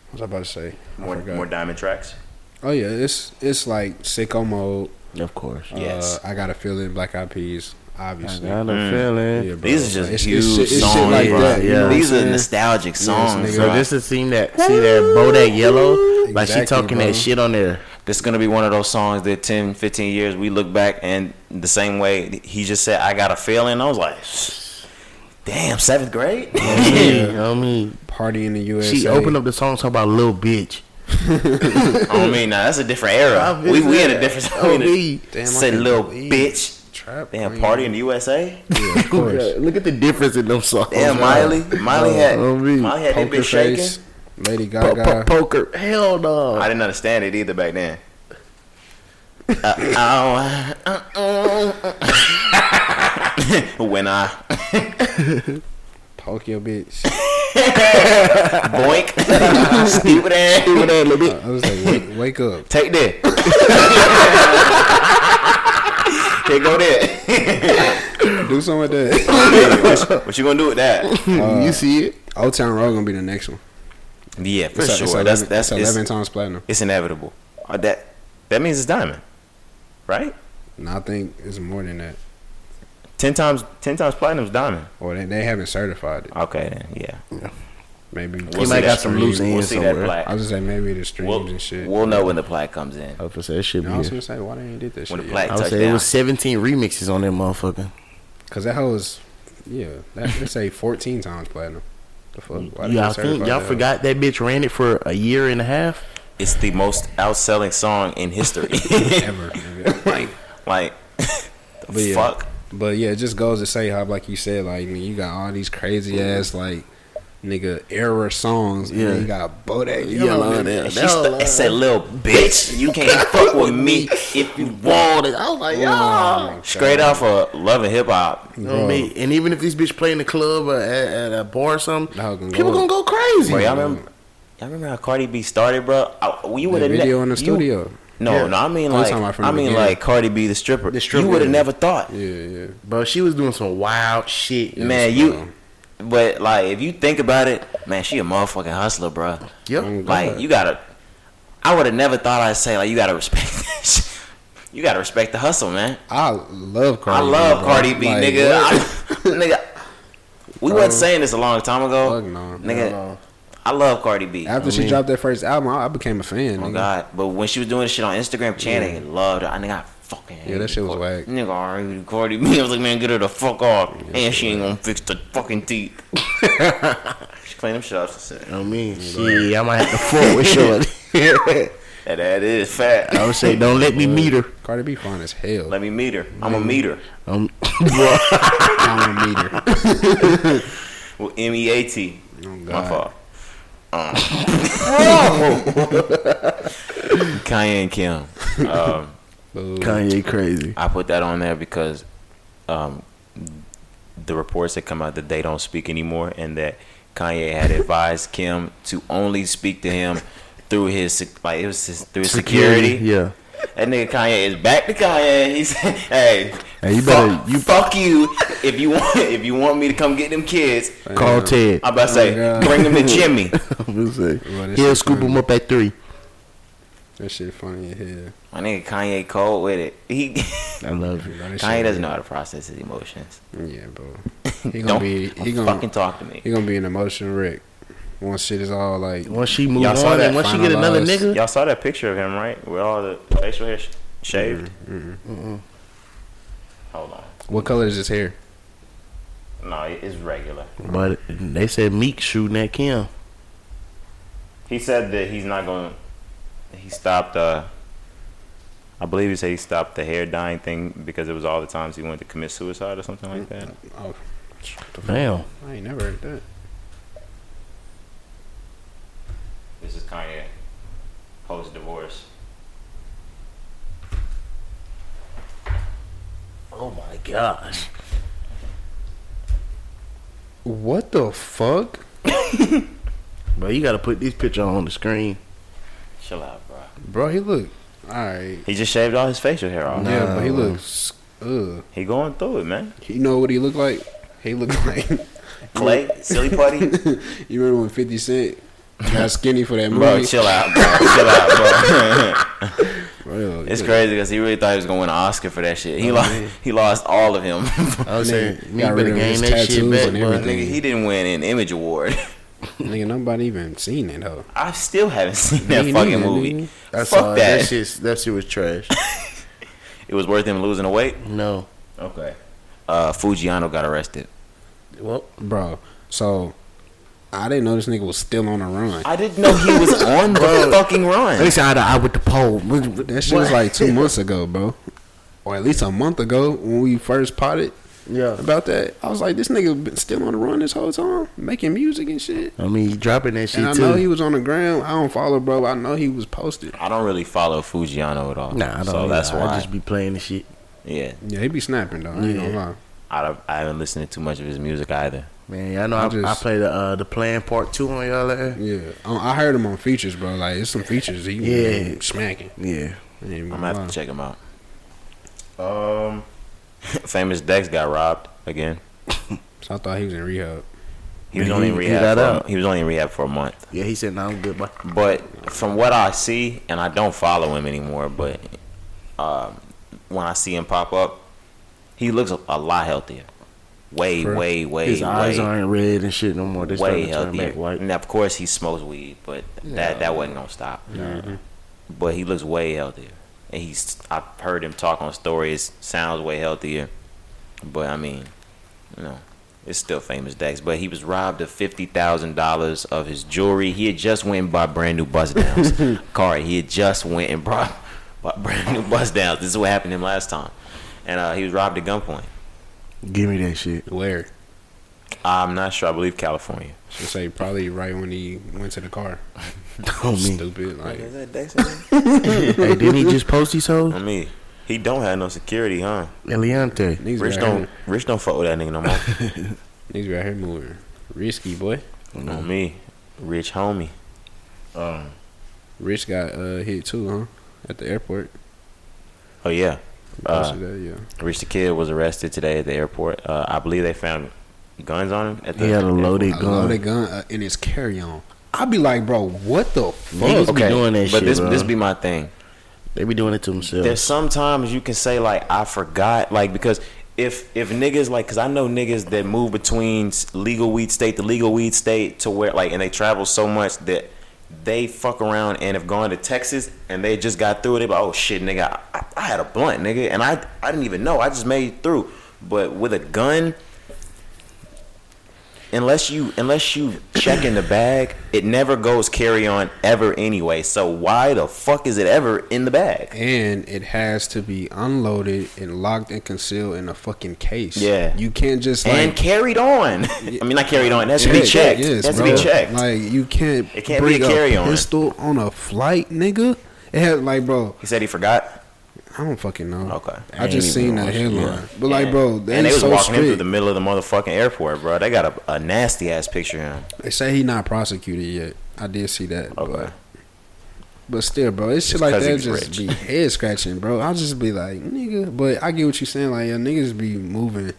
what was I about to say? I
More,
forgot.
more diamond tracks.
Oh yeah, it's it's like sicko mode.
Of course.
Yes.
uh, I got a feeling. Black Eyed Peas, obviously.
I got a
Mm.
feeling.
Yeah, bro.
These are just
It's-
huge
it's shit- it's shit
songs,
like
bro.
that,
you know
These
what
are
I'm saying?
nostalgic songs.
nigga.
bro.
So this is seen that see that Bodak Yellow, like she
Exactly,
talking
bro.
that shit on there.
this is gonna be one of those songs that 10, 15 years we look back and the same way he just said, "I got a feeling." I was like, "Damn, seventh grade."
You know what I mean,
Party in the USA.
she opened up the song talking about little bitch.
I mean, now that's a different era.
I've been
We we in a
there.
different.
Oh,
we in a-
me.
Damn, I
said
can't
little
believe
bitch.
Trap.
Damn,
Queen.
party in the USA.
Yeah, of course.
Look at the difference in them songs.
Damn, Miley. Miley had
oh, me.
Miley had that
Poker
bitch shaking.
face. Lady
Po- po-
Gaga.
poker. Hell no.
I didn't understand it either back then. Uh, ow, uh, uh, uh. when I
Poke your bitch.
boink, stupid ass,
Uh, I was like, wake, wake up.
take that. Can't go there.
Do something with that.
what, you, what you gonna do with that?
you see it?
Old Town Road gonna be the next one.
Yeah, for
It's,
sure.
it's
that's
11,
that's
it's
it's,
11 times platinum.
it's inevitable. Uh, that that means it's diamond, right?
And I think it's more than that.
Ten times ten times platinum's diamond.
Or they, they haven't certified it.
Okay, then yeah.
Maybe
We'll see
might got
that
some
stream.
loose
We'll
ends
see that
somewhere.
plaque.
I was just say maybe the streams
We'll,
and shit.
we'll know when the plaque comes in.
I was gonna say that shit.
And I was
be
gonna say why they ain't did that
When the
shit.
plaque
I would
touch
say it
down.
was 17 remixes on that motherfucker.
Because that hoe is, yeah, that, they say 14 times platinum. The fuck? Why they
Y'all think
ain't certified
y'all
that hoe?
forgot that bitch ran it for a year and a half?
It's the most outselling song in history.
Ever. nigga. like,
like, the
But yeah.
fuck.
But yeah, it just goes to say how, like you said, like man, you got all these crazy ass like nigga era songs. Yeah,
Yeah.
and you got Bodak
Yellow
Yellow.
in there.
Yeah,
She's the, it's that little bitch. You can't fuck with me if you want it. I was like,
yeah.
Straight off of Love and Hip Hop.
You know what I mean? And even if this bitch play in the club or at, at a bar or something,
That hoe gonna
people
go
gonna
up.
go crazy.
Bro, y'all remember? Y'all remember how Cardi B started, bro? I, we would
The
have
video in the studio.
No,
Yeah.
no, I mean
I'm
like,
talking about from
I
the
mean
beginning.
like Cardi B, the stripper.
The stripper,
You would have
yeah.
never thought,
yeah.
Bro, she was doing some wild shit.
man.
it's
You,
wild.
but like, if you think about it, man, she a motherfucking hustler, bro.
Yep.
Like, you gotta. I would have never thought I'd say like, you gotta respect. this. you gotta respect the hustle, man.
I love
I
Cardi.
love
bro.
Cardi B,
Like,
nigga.
what?
I, nigga, we
Bro.
wasn't saying this a long time ago,
Fuck no.
nigga. I love Cardi B.
After she dropped that first album, I, I became a fan.
Oh
nigga.
God! But when she was doing this shit on Instagram, Channing loved her. I nigga, I fucking
Yeah, that
hated
shit was
Cardi-
whack.
Nigga, I hated Cardi B. I was like, man, get her the fuck off, and she ain't gonna fix the fucking teeth. she clean them shit up. she said,
I mean, shit, I might have to fuck with shorty.
That that is fat.
I would say, don't let me meet her.
Cardi B fine as hell.
Let me meet her. I'm a meter.
Um, bro,
I'm a meter.
Well, M E A T. My
Oh,
God.
fault. Uh. Kanye and Kim. Um,
Kanye crazy.
I put that on there because um, the reports that come out that they don't speak anymore, and that Kanye had advised Kim to only speak to him through his sec- like it was his, through his security.
Yeah.
That nigga Kanye is back to Kanye. He said, "Hey,
Hey, you
fuck,
better- you-
fuck you if you want if you want me to come get them kids."
Call Ted.
I'm about to say,
Oh,
God.
bring them to Jimmy.
I'm gonna say,
Bro, this
he'll
shit
scoop
funny.
him up at three.
That shit funny as hell.
My nigga Kanye cold with it. He
I love you.
Bro, that
Kanye
shit-
doesn't know how to process his emotions.
Yeah, bro. He
Don't
gonna be. He
fucking
gonna.
talk to me.
He gonna be an emotional wreck. Once shit is all like,
Once she move
Y'all saw
on,
that
and once she get another
finalized-
nigga,
Y'all saw that picture of him, right? With all the facial hair sh- shaved.
Mm-hmm,
Hold on.
what color is his hair?
No, it- it's regular.
but they said Meek shooting at Kim.
He said that he's not going. to He stopped. uh I believe he said he stopped the hair dyeing thing because it was all the times he wanted to commit suicide or something like that.
Oh,
Damn.
I ain't never heard that.
This is Kanye post divorce.
Oh my gosh.
What the fuck?
Bro, you gotta put this picture on the screen.
Chill out, bro.
Bro, he look. Alright.
He just shaved all his facial hair off.
yeah, but he looks. Ugh.
He going through it, man.
You know what he look like? He look like.
Clay, silly putty.
you remember when 50 Cent got skinny for that movie?
Bro, chill out, bro. Chill out, bro.
Bro,
It's
yeah.
crazy because he really thought he was gonna win an Oscar for that shit. He
Oh,
lost. He lost all of him.
I was saying,
Nigga,
Meek
got rid
better
of
gain
his
that shit
tattoos
back,
and
bro.
everything.
Nigga, he didn't win an Image Award.
Nigga, nobody even seen it, though.
I still haven't seen that
Me
fucking
neither,
movie.
nigga.
That's
Fuck
all.
that.
That shit, that shit was trash.
It was worth him losing the weight.
no.
Okay. Uh, Fujiano got arrested.
Well,
Bro, so. I didn't know this nigga was still on the run.
I didn't know he was on the fucking run.
least out of eye with the pole.
That shit was like two months ago, bro. Or at least a month ago when we first potted
Yeah.
about that. I was like, this nigga been still on the run this whole time, making music and shit.
I mean, he dropping that
and I
shit
know
too.
he was on the ground. I don't follow, bro. but I know he was posted.
I don't really follow Fujiano at all.
nah, I don't.
So that's why.
I just be playing the shit.
yeah,
Yeah, he be snapping though. I ain't gonna
Yeah.
lie.
I, don't- I haven't listened to too much of his music either.
Man, y'all know
I
I,
just-
I play the uh, the playing part two on y'all there.
Yeah, um, I heard him on features, bro. Like it's some features. He
Yeah.
yeah, smacking.
Yeah.
I ain't
I'm
gonna
gonna have
lie.
to check him out. Um, Famous Dex got robbed again.
So I thought he was in rehab.
He was
He-
only in
he
rehab.
got
for a-
out.
he was only in rehab for a month.
Yeah, he said, "No, I'm good, boy."
But from what I see, and I don't follow him anymore, but um, when I see him pop up, he looks a, a lot healthier. Way,
Sure.
way, way,
His
way,
eyes aren't red and shit no more. Oh, They
way
starting to turn
healthier.
back white.
And of course, he smokes weed, but
Yeah.
that that wasn't gonna stop.
Mhm.
But he looks way healthier, and he's I've heard him talk on stories. Sounds way healthier, but I mean, you know. It's still famous Dex, but he was robbed of fifty thousand dollars of his jewelry. He had just went and bought brand new bust downs. Kari, he had just went and brought bought brand new bust downs. This is what happened to him last time, and uh, he was robbed at gunpoint.
Give me that shit.
Where?
I'm not sure. I believe California.
Should say probably right when he went to the car.
On me.
Stupid. Like
hey, didn't he just post these hoes?
I mean, he don't have no security, huh?
Eliante.
niggas
Rich
out
don't
here-
Rich don't fuck with that nigga no more.
niggas out here moving risky, boy.
On me, Rich homie.
Um,
Rich got uh, hit too, huh? At the airport.
Oh yeah,
You
Uh,
posted that, yeah.
Rich the kid was arrested today at the airport. Uh, I believe they found guns on him. At the
he had a loaded
I
gun.
loaded gun uh, in his carry on. I'd be like, bro, what the
Niggas
fuck?
be doing that
but
shit,
this
bro.
this be my thing.
They be doing it to themselves.
There's sometimes you can say like I forgot, like because if if niggas like, cause I know niggas that move between s- legal weed state to legal weed state to where like, and they travel so much that they fuck around and have gone to Texas and they just got through it. They be like, oh shit, nigga, I, I had a blunt, nigga, and I I didn't even know. I just made it through. But with a gun, unless you unless you check in the bag, it never goes carry on ever anyway. So why the fuck is it ever in the bag?
And it has to be unloaded and locked and concealed in a fucking case.
Yeah.
You can't just like
and carried on. I mean, not carried on. That should
Yeah,
be checked.
yeah, yes,
that should
bro.
be checked.
Like you can't,
It can't be
bring
a
a
carry-on.
pistol on a flight, nigga. It had like, bro,
he said he forgot.
I don't fucking know.
Okay.
I,
I
just
ain't
seen
even
that
watched it,
headline,
yeah.
but like,
And-
bro, they,
and they was
so
walking him through
strict.
the middle of the motherfucking airport, bro. They got a, a nasty ass picture of him.
They say he not prosecuted yet. I did see that,
Okay.
but but still, bro, it's shit
Oh. It's
like
'cause
that
he's
just
rich.
be head scratching, bro. I'll just be like, nigga, but I get what you saying. Like, yeah, niggas be moving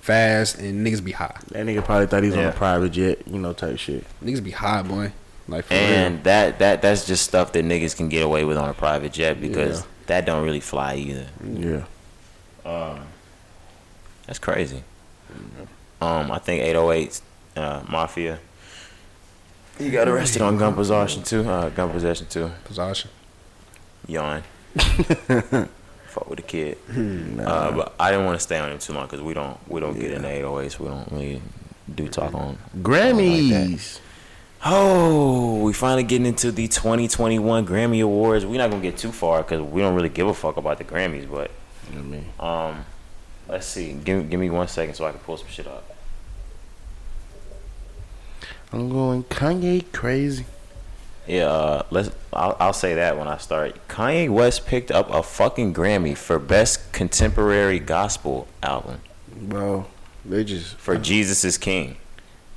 fast and niggas be high.
that nigga probably thought he was on
Yeah.
a private jet, you know, type shit.
Niggas be high, boy. Like, for
And that that that's just stuff that niggas can get away with on a private jet because
Yeah.
that don't really fly either.
Yeah.
That's crazy.
Mm-hmm.
Um, I think 808 uh, Mafia. He got arrested on gun possession too. Uh, gun possession too.
real. possession.
Yawn. Fuck with the kid. Uh, but I didn't want to stay on him too long because we don't we don't get in the 808s. We don't really do talk on.
Grammys.
Oh, we finally getting into the 2021 Grammy Awards. We're not gonna get too far because we don't really give a fuck about the Grammys. But
You know what I mean?
um, let's see. Give give me one second so I can pull some shit up.
I'm going Kanye crazy.
Yeah, uh, let's. I'll, I'll say that when I start. Kanye West picked up a fucking Grammy for best contemporary gospel album
Bro, they just.
for Jesus is King.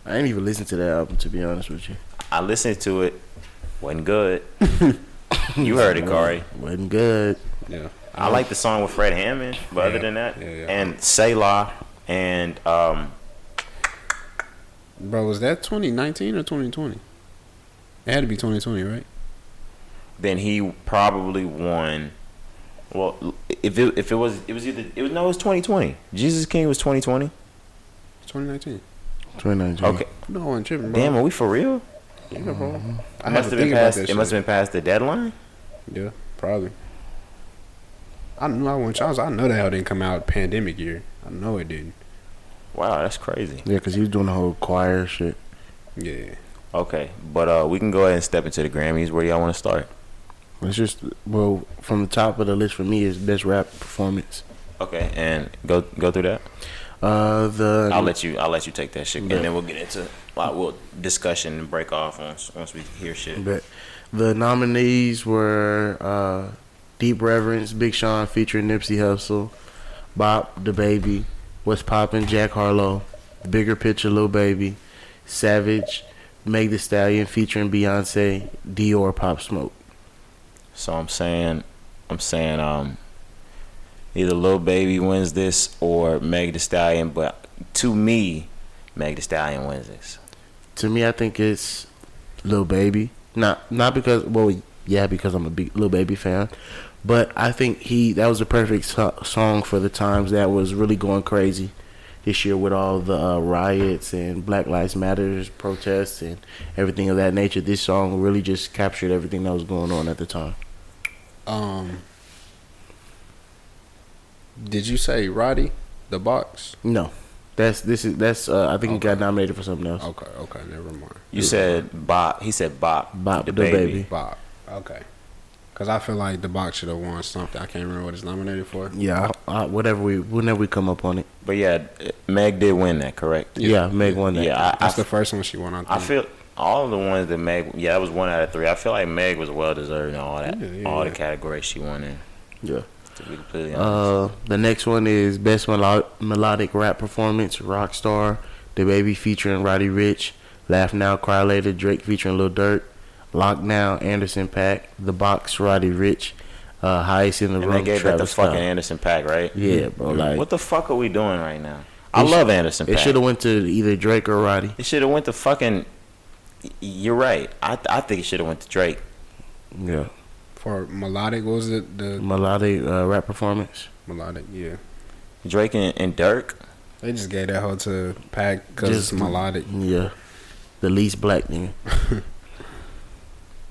I ain't even listened to that album, to be honest with you.
I listened to it. Wasn't good. you heard it, Kari.
Wasn't good.
Yeah,
I like the song with Fred Hammond, but other
Yeah,
than that,
yeah, yeah.
and Selah, and um,
bro. Was that 2019 or 2020? It had to be 2020, right?
then he probably won. Well, if it, if it was it was either it was no it was 2020. Jesus King was 2020.
2019.
2019.
Okay,
No, I'm tripping, bro.
damn, are we for real?
Yeah, bro.
It
I
must have
had to
been
think about
past.
that
It
shit.
must have been past the deadline.
Yeah, probably. I knew I won Charles. I know that hell didn't come out pandemic year. I know it didn't.
Wow, that's crazy.
Yeah, because he was doing the whole choir shit.
Yeah.
Okay, but uh, we can go ahead and step into the Grammys. Where do y'all want to start?
It's just, well, from the top of the list for me is best rap performance.
Okay, and go go through that.
Uh, the
I'll let you. I'll let you take that shit,
Yeah.
and then we'll get into like we'll discussion and break off once once we hear shit.
But the nominees were uh, Deep Reverence, Big Sean featuring Nipsey Hussle, Bop the Baby, What's Poppin', Jack Harlow, Bigger Picture, Lil Baby, Savage, Meg The Stallion featuring Beyonce, Dior, Pop Smoke.
So I'm saying, I'm saying, um, either Lil Baby wins this or Meg The Stallion. But to me, Meg The Stallion wins this.
To me, I think it's Lil Baby. Not not because well, yeah, because I'm a big Lil Baby fan, but I think he that was the perfect so- song for the times that was really going crazy this year with all the uh, riots and Black Lives Matters protests and everything of that nature. This song really just captured everything that was going on at the time.
Um, did you say Roddy the box?
No, that's this is that's uh, I think he got
Okay.
nominated for something else.
Okay, okay, never mind.
You said Bop. He said Bop.
Bop
the
Da
baby.
Bob. Okay, because I feel like the box should have won something. I can't remember what it's nominated for.
Yeah, I, I, whatever we whenever we come up on it.
But yeah, Meg did win that, correct?
Yeah, Meg won that.
Yeah, I, I
That's the first one she won. I think.
I feel all of the ones that Meg, yeah, that was one out of three. I feel like Meg was well deserved in all that,
Yeah, yeah,
all the
yeah.
categories she won in.
yeah.
To be completely honest,
Uh, the next one is best Melo- melodic rap performance: Rockstar, The Baby featuring Roddy Rich, Laugh Now, Cry Later, Drake featuring Lil Durk, Lock Now, Anderson Pack, The Box, Roddy Rich, uh, Highest in the
and they
Room,
gave that to
Travis
fucking
Scott.
Anderson Pack, right? Mm-hmm.
Yeah, bro. Like
what the fuck are we doing right now? I
sh-
love Anderson.
it
Paak.
should have went to either Drake or Roddy.
It should have went to fucking. You're right. I I think it should have went to Drake.
Yeah,
for melodic what was it the
melodic uh, rap performance.
melodic? Yeah,
Drake and, and Dirk.
they just gave that whole to Pack because it's
Just-
melodic.
Yeah, the least black nigga.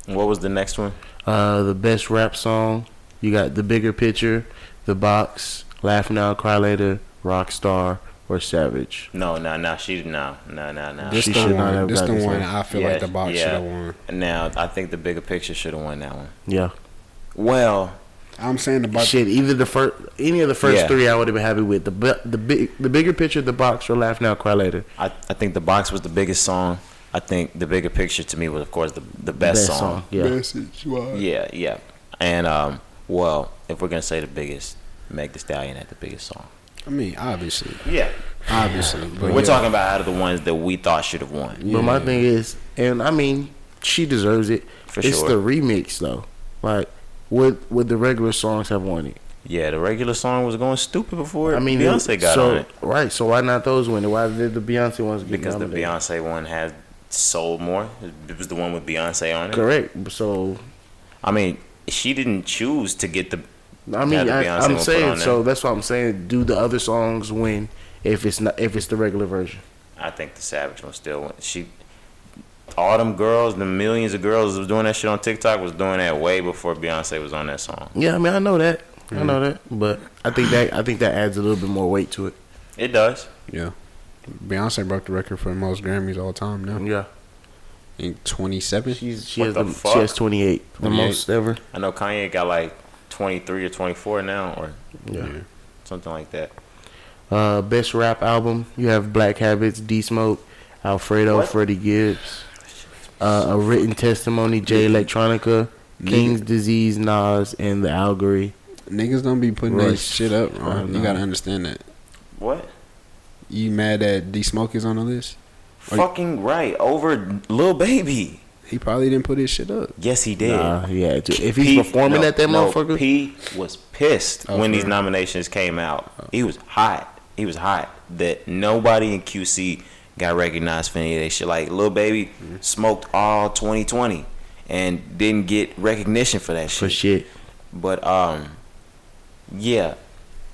What was the next one?
Uh, the best rap song. You got the bigger picture, the box, laugh now, cry later, rockstar, or savage.
No, no, no. She no, no, no, no.
This
She
the
should not
one.
have
This the
gotten
one
some.
I feel
Yeah,
like the box
yeah.
should have won.
Now I think the bigger picture should have won that one.
Yeah,
Well,
I'm saying the box.
shit. Either the first, any of the first
Yeah.
three, I would have been happy with. The bu- the big, the bigger picture, the box, or laugh now, cry later.
I, I think the box was the biggest song. I think the bigger picture to me was, of course, the the best, song.
Yeah,
Message was.
Yeah, yeah. And um, well, if we're gonna say the biggest, Meg The Stallion had the biggest song.
I mean, obviously,
Yeah,
obviously, but
we're
yeah.
talking about out of the ones that we thought should have won.
but my thing is, and I mean, she deserves it.
For
it's
sure.
the remix though. Like, would would the regular songs have won it?
Yeah, the regular song was going stupid before
I mean,
Beyonce got
so,
on it
Right. So why not those win? it? Why did the Beyonce ones get
because the
nominated?
Beyonce one had sold more. It was the one with Beyonce on it.
Correct. So
I mean, she didn't choose to get the.
I
Yeah,
mean,
the
I,
Beyonce one
I'm
put on
saying
there.
so. That's what I'm saying. Do the other songs win if it's not if it's the regular version?
I think the Savage one still won. She. All them girls, the millions of girls that was doing that shit on TikTok was doing that way before Beyonce was on that song.
Yeah, I mean, I know that. I know that, but I think that I think that adds a little bit more weight to it.
It does.
Yeah. Beyonce broke the record for the most Grammys all time now.
Yeah,
In 27?
she's she
What
has
the
the,
fuck?
she has 28, the
28.
most ever.
I know Kanye got like 23 or 24 now or
Yeah.
something like that.
Uh, best rap album you have Black Habits, D Smoke, Alfredo,
What?
Freddie Gibbs. Uh, a written testimony, Jay Electronica, King's Disease, Nas, and the Allegory.
Niggas don't be putting that
Royce.
shit up, bro.
I know.
You gotta understand that.
What?
You mad that D Smoke is on the list? Are you-
Fucking right over Lil Baby.
He probably didn't put his shit up.
Yes, he did.
Nah, yeah. dude. If he's
P-
performing
no,
at that
no,
motherfucker,
P was pissed
Oh,
when
for
these
real?
nominations came out. He was hot. He was hot that nobody in QC got recognized for any of that shit. Like Lil Baby
Mm-hmm.
smoked all 2020 and didn't get recognition for that
for shit.
But um, yeah,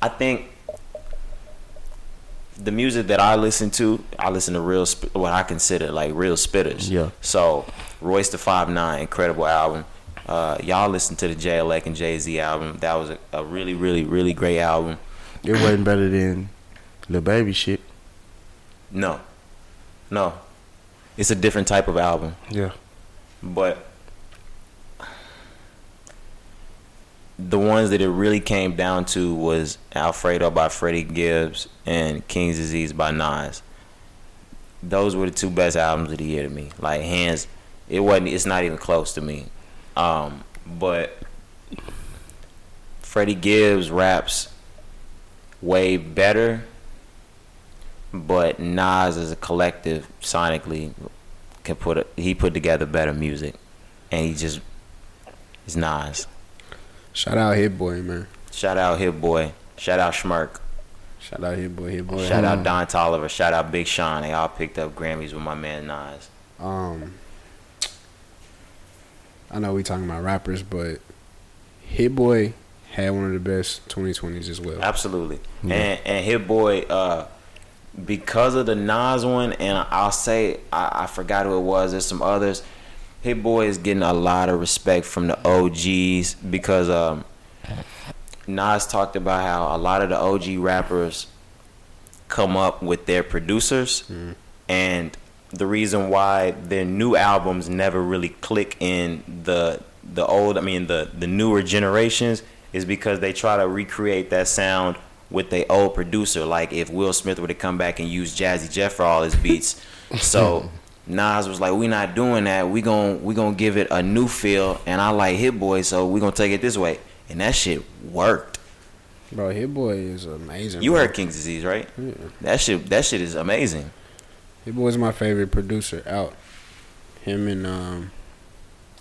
I think the music that I listen to, I listen to real sp- what I consider like real spitters.
Yeah.
So Royce the Five Nine, incredible album. Uh, y'all listen to the J Elec and Jay Z album. That was a, a really, really, really great album.
It wasn't better than the baby shit.
No, no, it's a different type of album.
Yeah.
But the ones that it really came down to was Alfredo by Freddie Gibbs and King's Disease by Nas. Those were the two best albums of the year to me. Like hands, it wasn't. It's not even close to me. Um, but Freddie Gibbs raps way better. But Nas as a collective, sonically, can put a, he put together better music, and he just is Nas.
Shout out Hit Boy, man.
Shout out Hit Boy. Shout out Schmirk.
Shout out here boy, here boy. Um,
Shout out Don Tolliver. Shout out Big Sean. They all picked up Grammys with my man Nas.
Um, I know we talking about rappers, but Hit Boy had one of the best 2020s as well.
Absolutely. And and Hit Boy, uh, because of the Nas one, and I'll say I, I forgot who it was. There's some others. Hit Boy is getting a lot of respect from the OGs because um, Nas talked about how a lot of the OG rappers come up with their producers, and the reason why their new albums never really click in the the old, I mean the the newer generations, is because they try to recreate that sound with their old producer. Like if Will Smith were to come back and use Jazzy Jeff for all his beats, so. Nas was like, "We not doing that. We gon' we gonna give it a new feel." And I like Hit Boy, so we gonna take it this way. And that shit worked.
Bro, Hit Boy is amazing.
You
bro.
heard King's Disease, right?
Yeah.
That shit that shit is amazing.
Hit Boy's my favorite producer out. Him and um,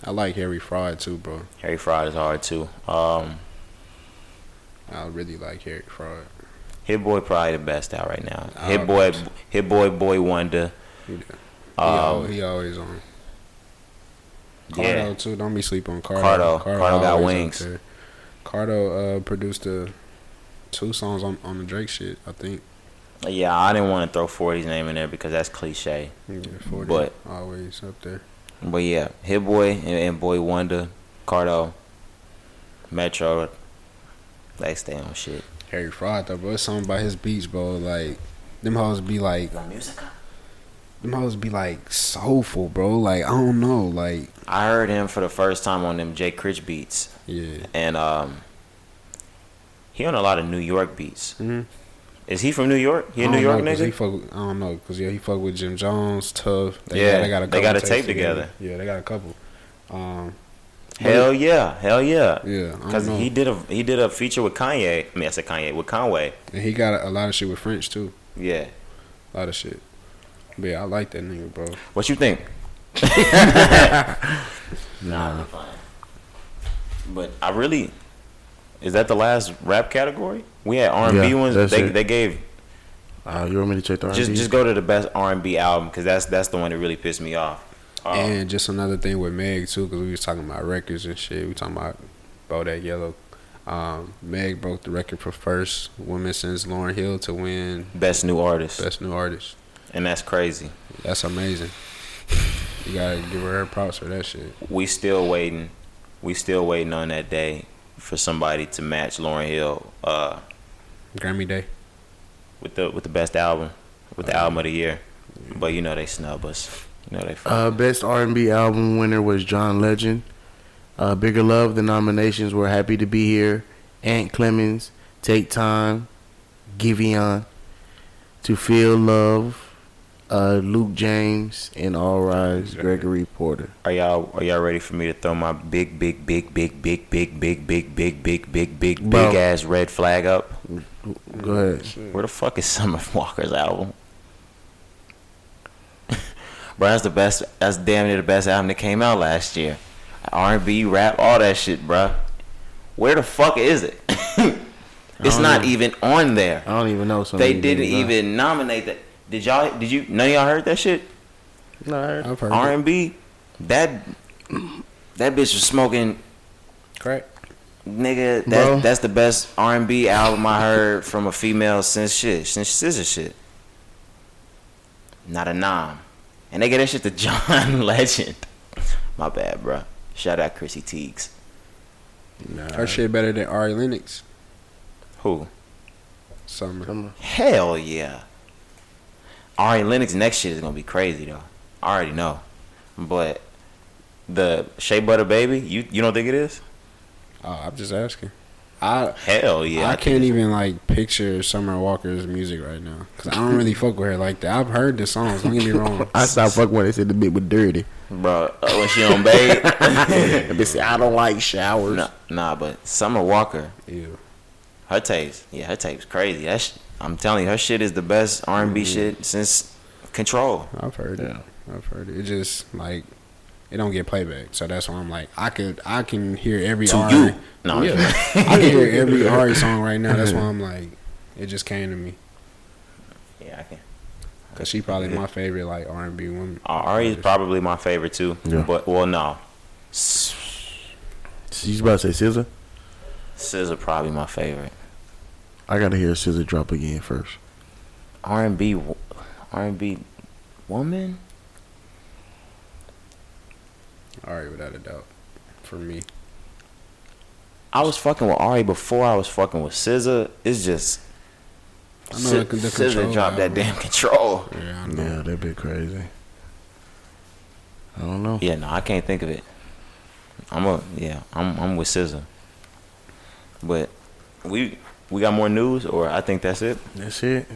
I like Harry Fraud too, bro.
Harry Fraud is hard too. Um,
I really like Harry Fraud.
Hit Boy probably the best out right now.
I
Hit
don't
Boy,
think
Hit Boy, Boy Wonder.
He, he, al-
Um,
he always on. Cardo
yeah,
too. Don't be sleep on Cardo.
Cardo. Cardo got
always up
wings.
there. Cardo uh, produced uh, two songs on, on the Drake shit, I think.
yeah. I didn't want to throw 40's name in there because that's cliche.
Yeah, 40
But-
always up there.
But yeah, Hit Boy and, and Boy Wonder, Cardo, Metro. They stay on shit.
Harry Fraud though, bro. It's something about his beats, bro. Like them hoes be like them hoes be like soulful, bro. Like I don't know, like
I heard him for the first time on them Jay Critch beats.
yeah.
and um, he on a lot of New York beats.
Mhm.
Is he from New York? He a
I
New
don't
York
know, 'cause He
nigga?
fuck with, I don't know, cause yeah, he fuck with Jim Jones, Tough.
Yeah, they got
couple
a tape
tapes
together.
Yeah, they got a couple. Um,
Hell yeah, hell yeah.
yeah, I
Cause
don't know.
he did a he did a feature with Kanye. I mean, I said Kanye with Conway.
and he got a, a lot of shit with French too.
Yeah.
A lot of shit. But yeah, I like that nigga, bro.
What you think?
Nah.
But I really is that the last rap category? We had R and B
Yeah,
ones.
that's
They
it.
they gave
Uh, you want me to check the R&B?
just just go to the best R and B album because that's that's the one that really pissed me off. Um,
And just another thing with Meg too, because we was talking about records and shit. We talking about Bodak Yellow. Um, Meg broke the record for first woman since Lauren Hill to win
best new artist,
Best New Artist.
and that's crazy.
That's amazing. You gotta give her her props for that shit.
we still waiting. We still waiting on that day for somebody to match Lauren Hill uh,
Grammy Day.
with the with the best album, with the album of the year. But you know they snub us. You know they. f-
Uh, best R&B album winner was John Legend. Uh, Bigger Love. The nominations were Happy to Be Here, Aunt Clemens, Take Time, Giveon, To Feel Love, uh, Luke James, and All Rise. Gregory Porter.
Are y'all are y'all ready for me to throw my big big big big big big big big big big big big
Bro. Hmm.
big ass red flag up?
Go ahead.
Where the fuck is Summer Walker's album? Bro, that's the best. That's damn near the best album that came out last year. R and B, rap, all that shit, bruh. Where the fuck is it? it's
don't
not
know.
even on there.
I don't even know. some of
They
these
didn't
niggas, huh?
even nominate that. Did y'all? Did you? None of y'all heard that shit?
No, I heard-
I've heard
R
it.
and B. That that bitch was smoking,
Crack.
nigga.
Bro.
That, that's the best R and B album I heard from a female since shit, since scissor shit. Not a nom. And they get that shit to John Legend. My bad, bruh. Shout out Chrissy Teigs.
Her shit better than Ari Lennox.
Who?
Summer.
Come on.
Hell yeah. Ari Lennox next shit is gonna be crazy though. I already know. But the Shea Butter Baby, you you don't think it is?
Oh, I'm just asking. I
Hell yeah.
I
think
can't
it's-
even like picture Summer Walker's music right now because I don't really fuck with her like that. I've heard the songs. Don't get me wrong.
I stopped fucking when they said the bit was dirty.
Bro, uh, when she on babe.
That bitch said, I don't like showers.
nah, nah, but Summer Walker,
Yeah.
her tapes, yeah, her tapes crazy. That sh- I'm telling you, her shit is the best
Mm-hmm.
R and B shit since Control.
I've heard
Yeah.
it. I've heard it. It just like it don't get playback. So that's why I'm like, I could, I can hear every
To
R.
you. No, I'm
yeah, I can hear every R song right now. That's why I'm like, it just came to me
Yeah, I can.
because she probably my favorite like R and B woman.
Uh, Ari is probably my favorite too.
Yeah.
But well, no,
She's about to say SZA.
SZA probably my favorite.
I gotta hear SZA drop again first.
R and B, R and B, woman.
All right, without a doubt, for me.
I was fucking with Ari before I was fucking with SZA. It's just
I
SZA,
the- the
SZA
Control
dropped that
album.
damn control.
Yeah, I know.
Yeah, that'd be crazy. I don't know.
Yeah, no, I can't think of it. I'm a yeah, I'm I'm with SZA. But we we got more news, or I think that's it.
That's it.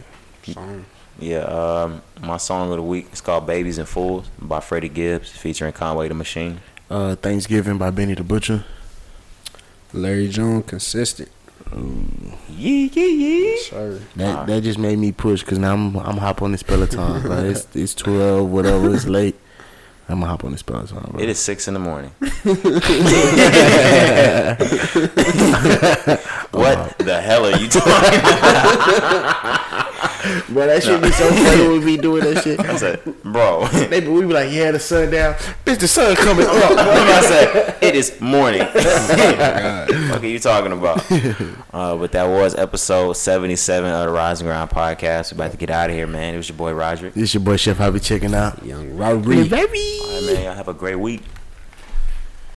Song.
Yeah, um, my song of the week is called "Babies and Fools" by Freddie Gibbs, featuring Conway the Machine.
Uh, Thanksgiving by Benny the Butcher.
Larry June consistent.
Yee yee yee.
Sure.
That that just made me push because now I'm I'm hop on this Peloton. bro. It's it's twelve, whatever. It's late. I'm gonna hop on this Peloton. Bro.
It is six in the morning. what the hell are you talking?
bro. That should be so funny when we be doing that shit.
I said, bro. That's
They, we be like, yeah, the sun down. Bitch, the sun coming up.
what I said. It is morning. what are you talking about? Uh, but that was episode 77 of the Rising Ground podcast. We're about to get out of here, man. It was your boy, Roderick.
This your boy Chef Hobby checking out.
Young Robert.
All right, man. Y'all have a great week.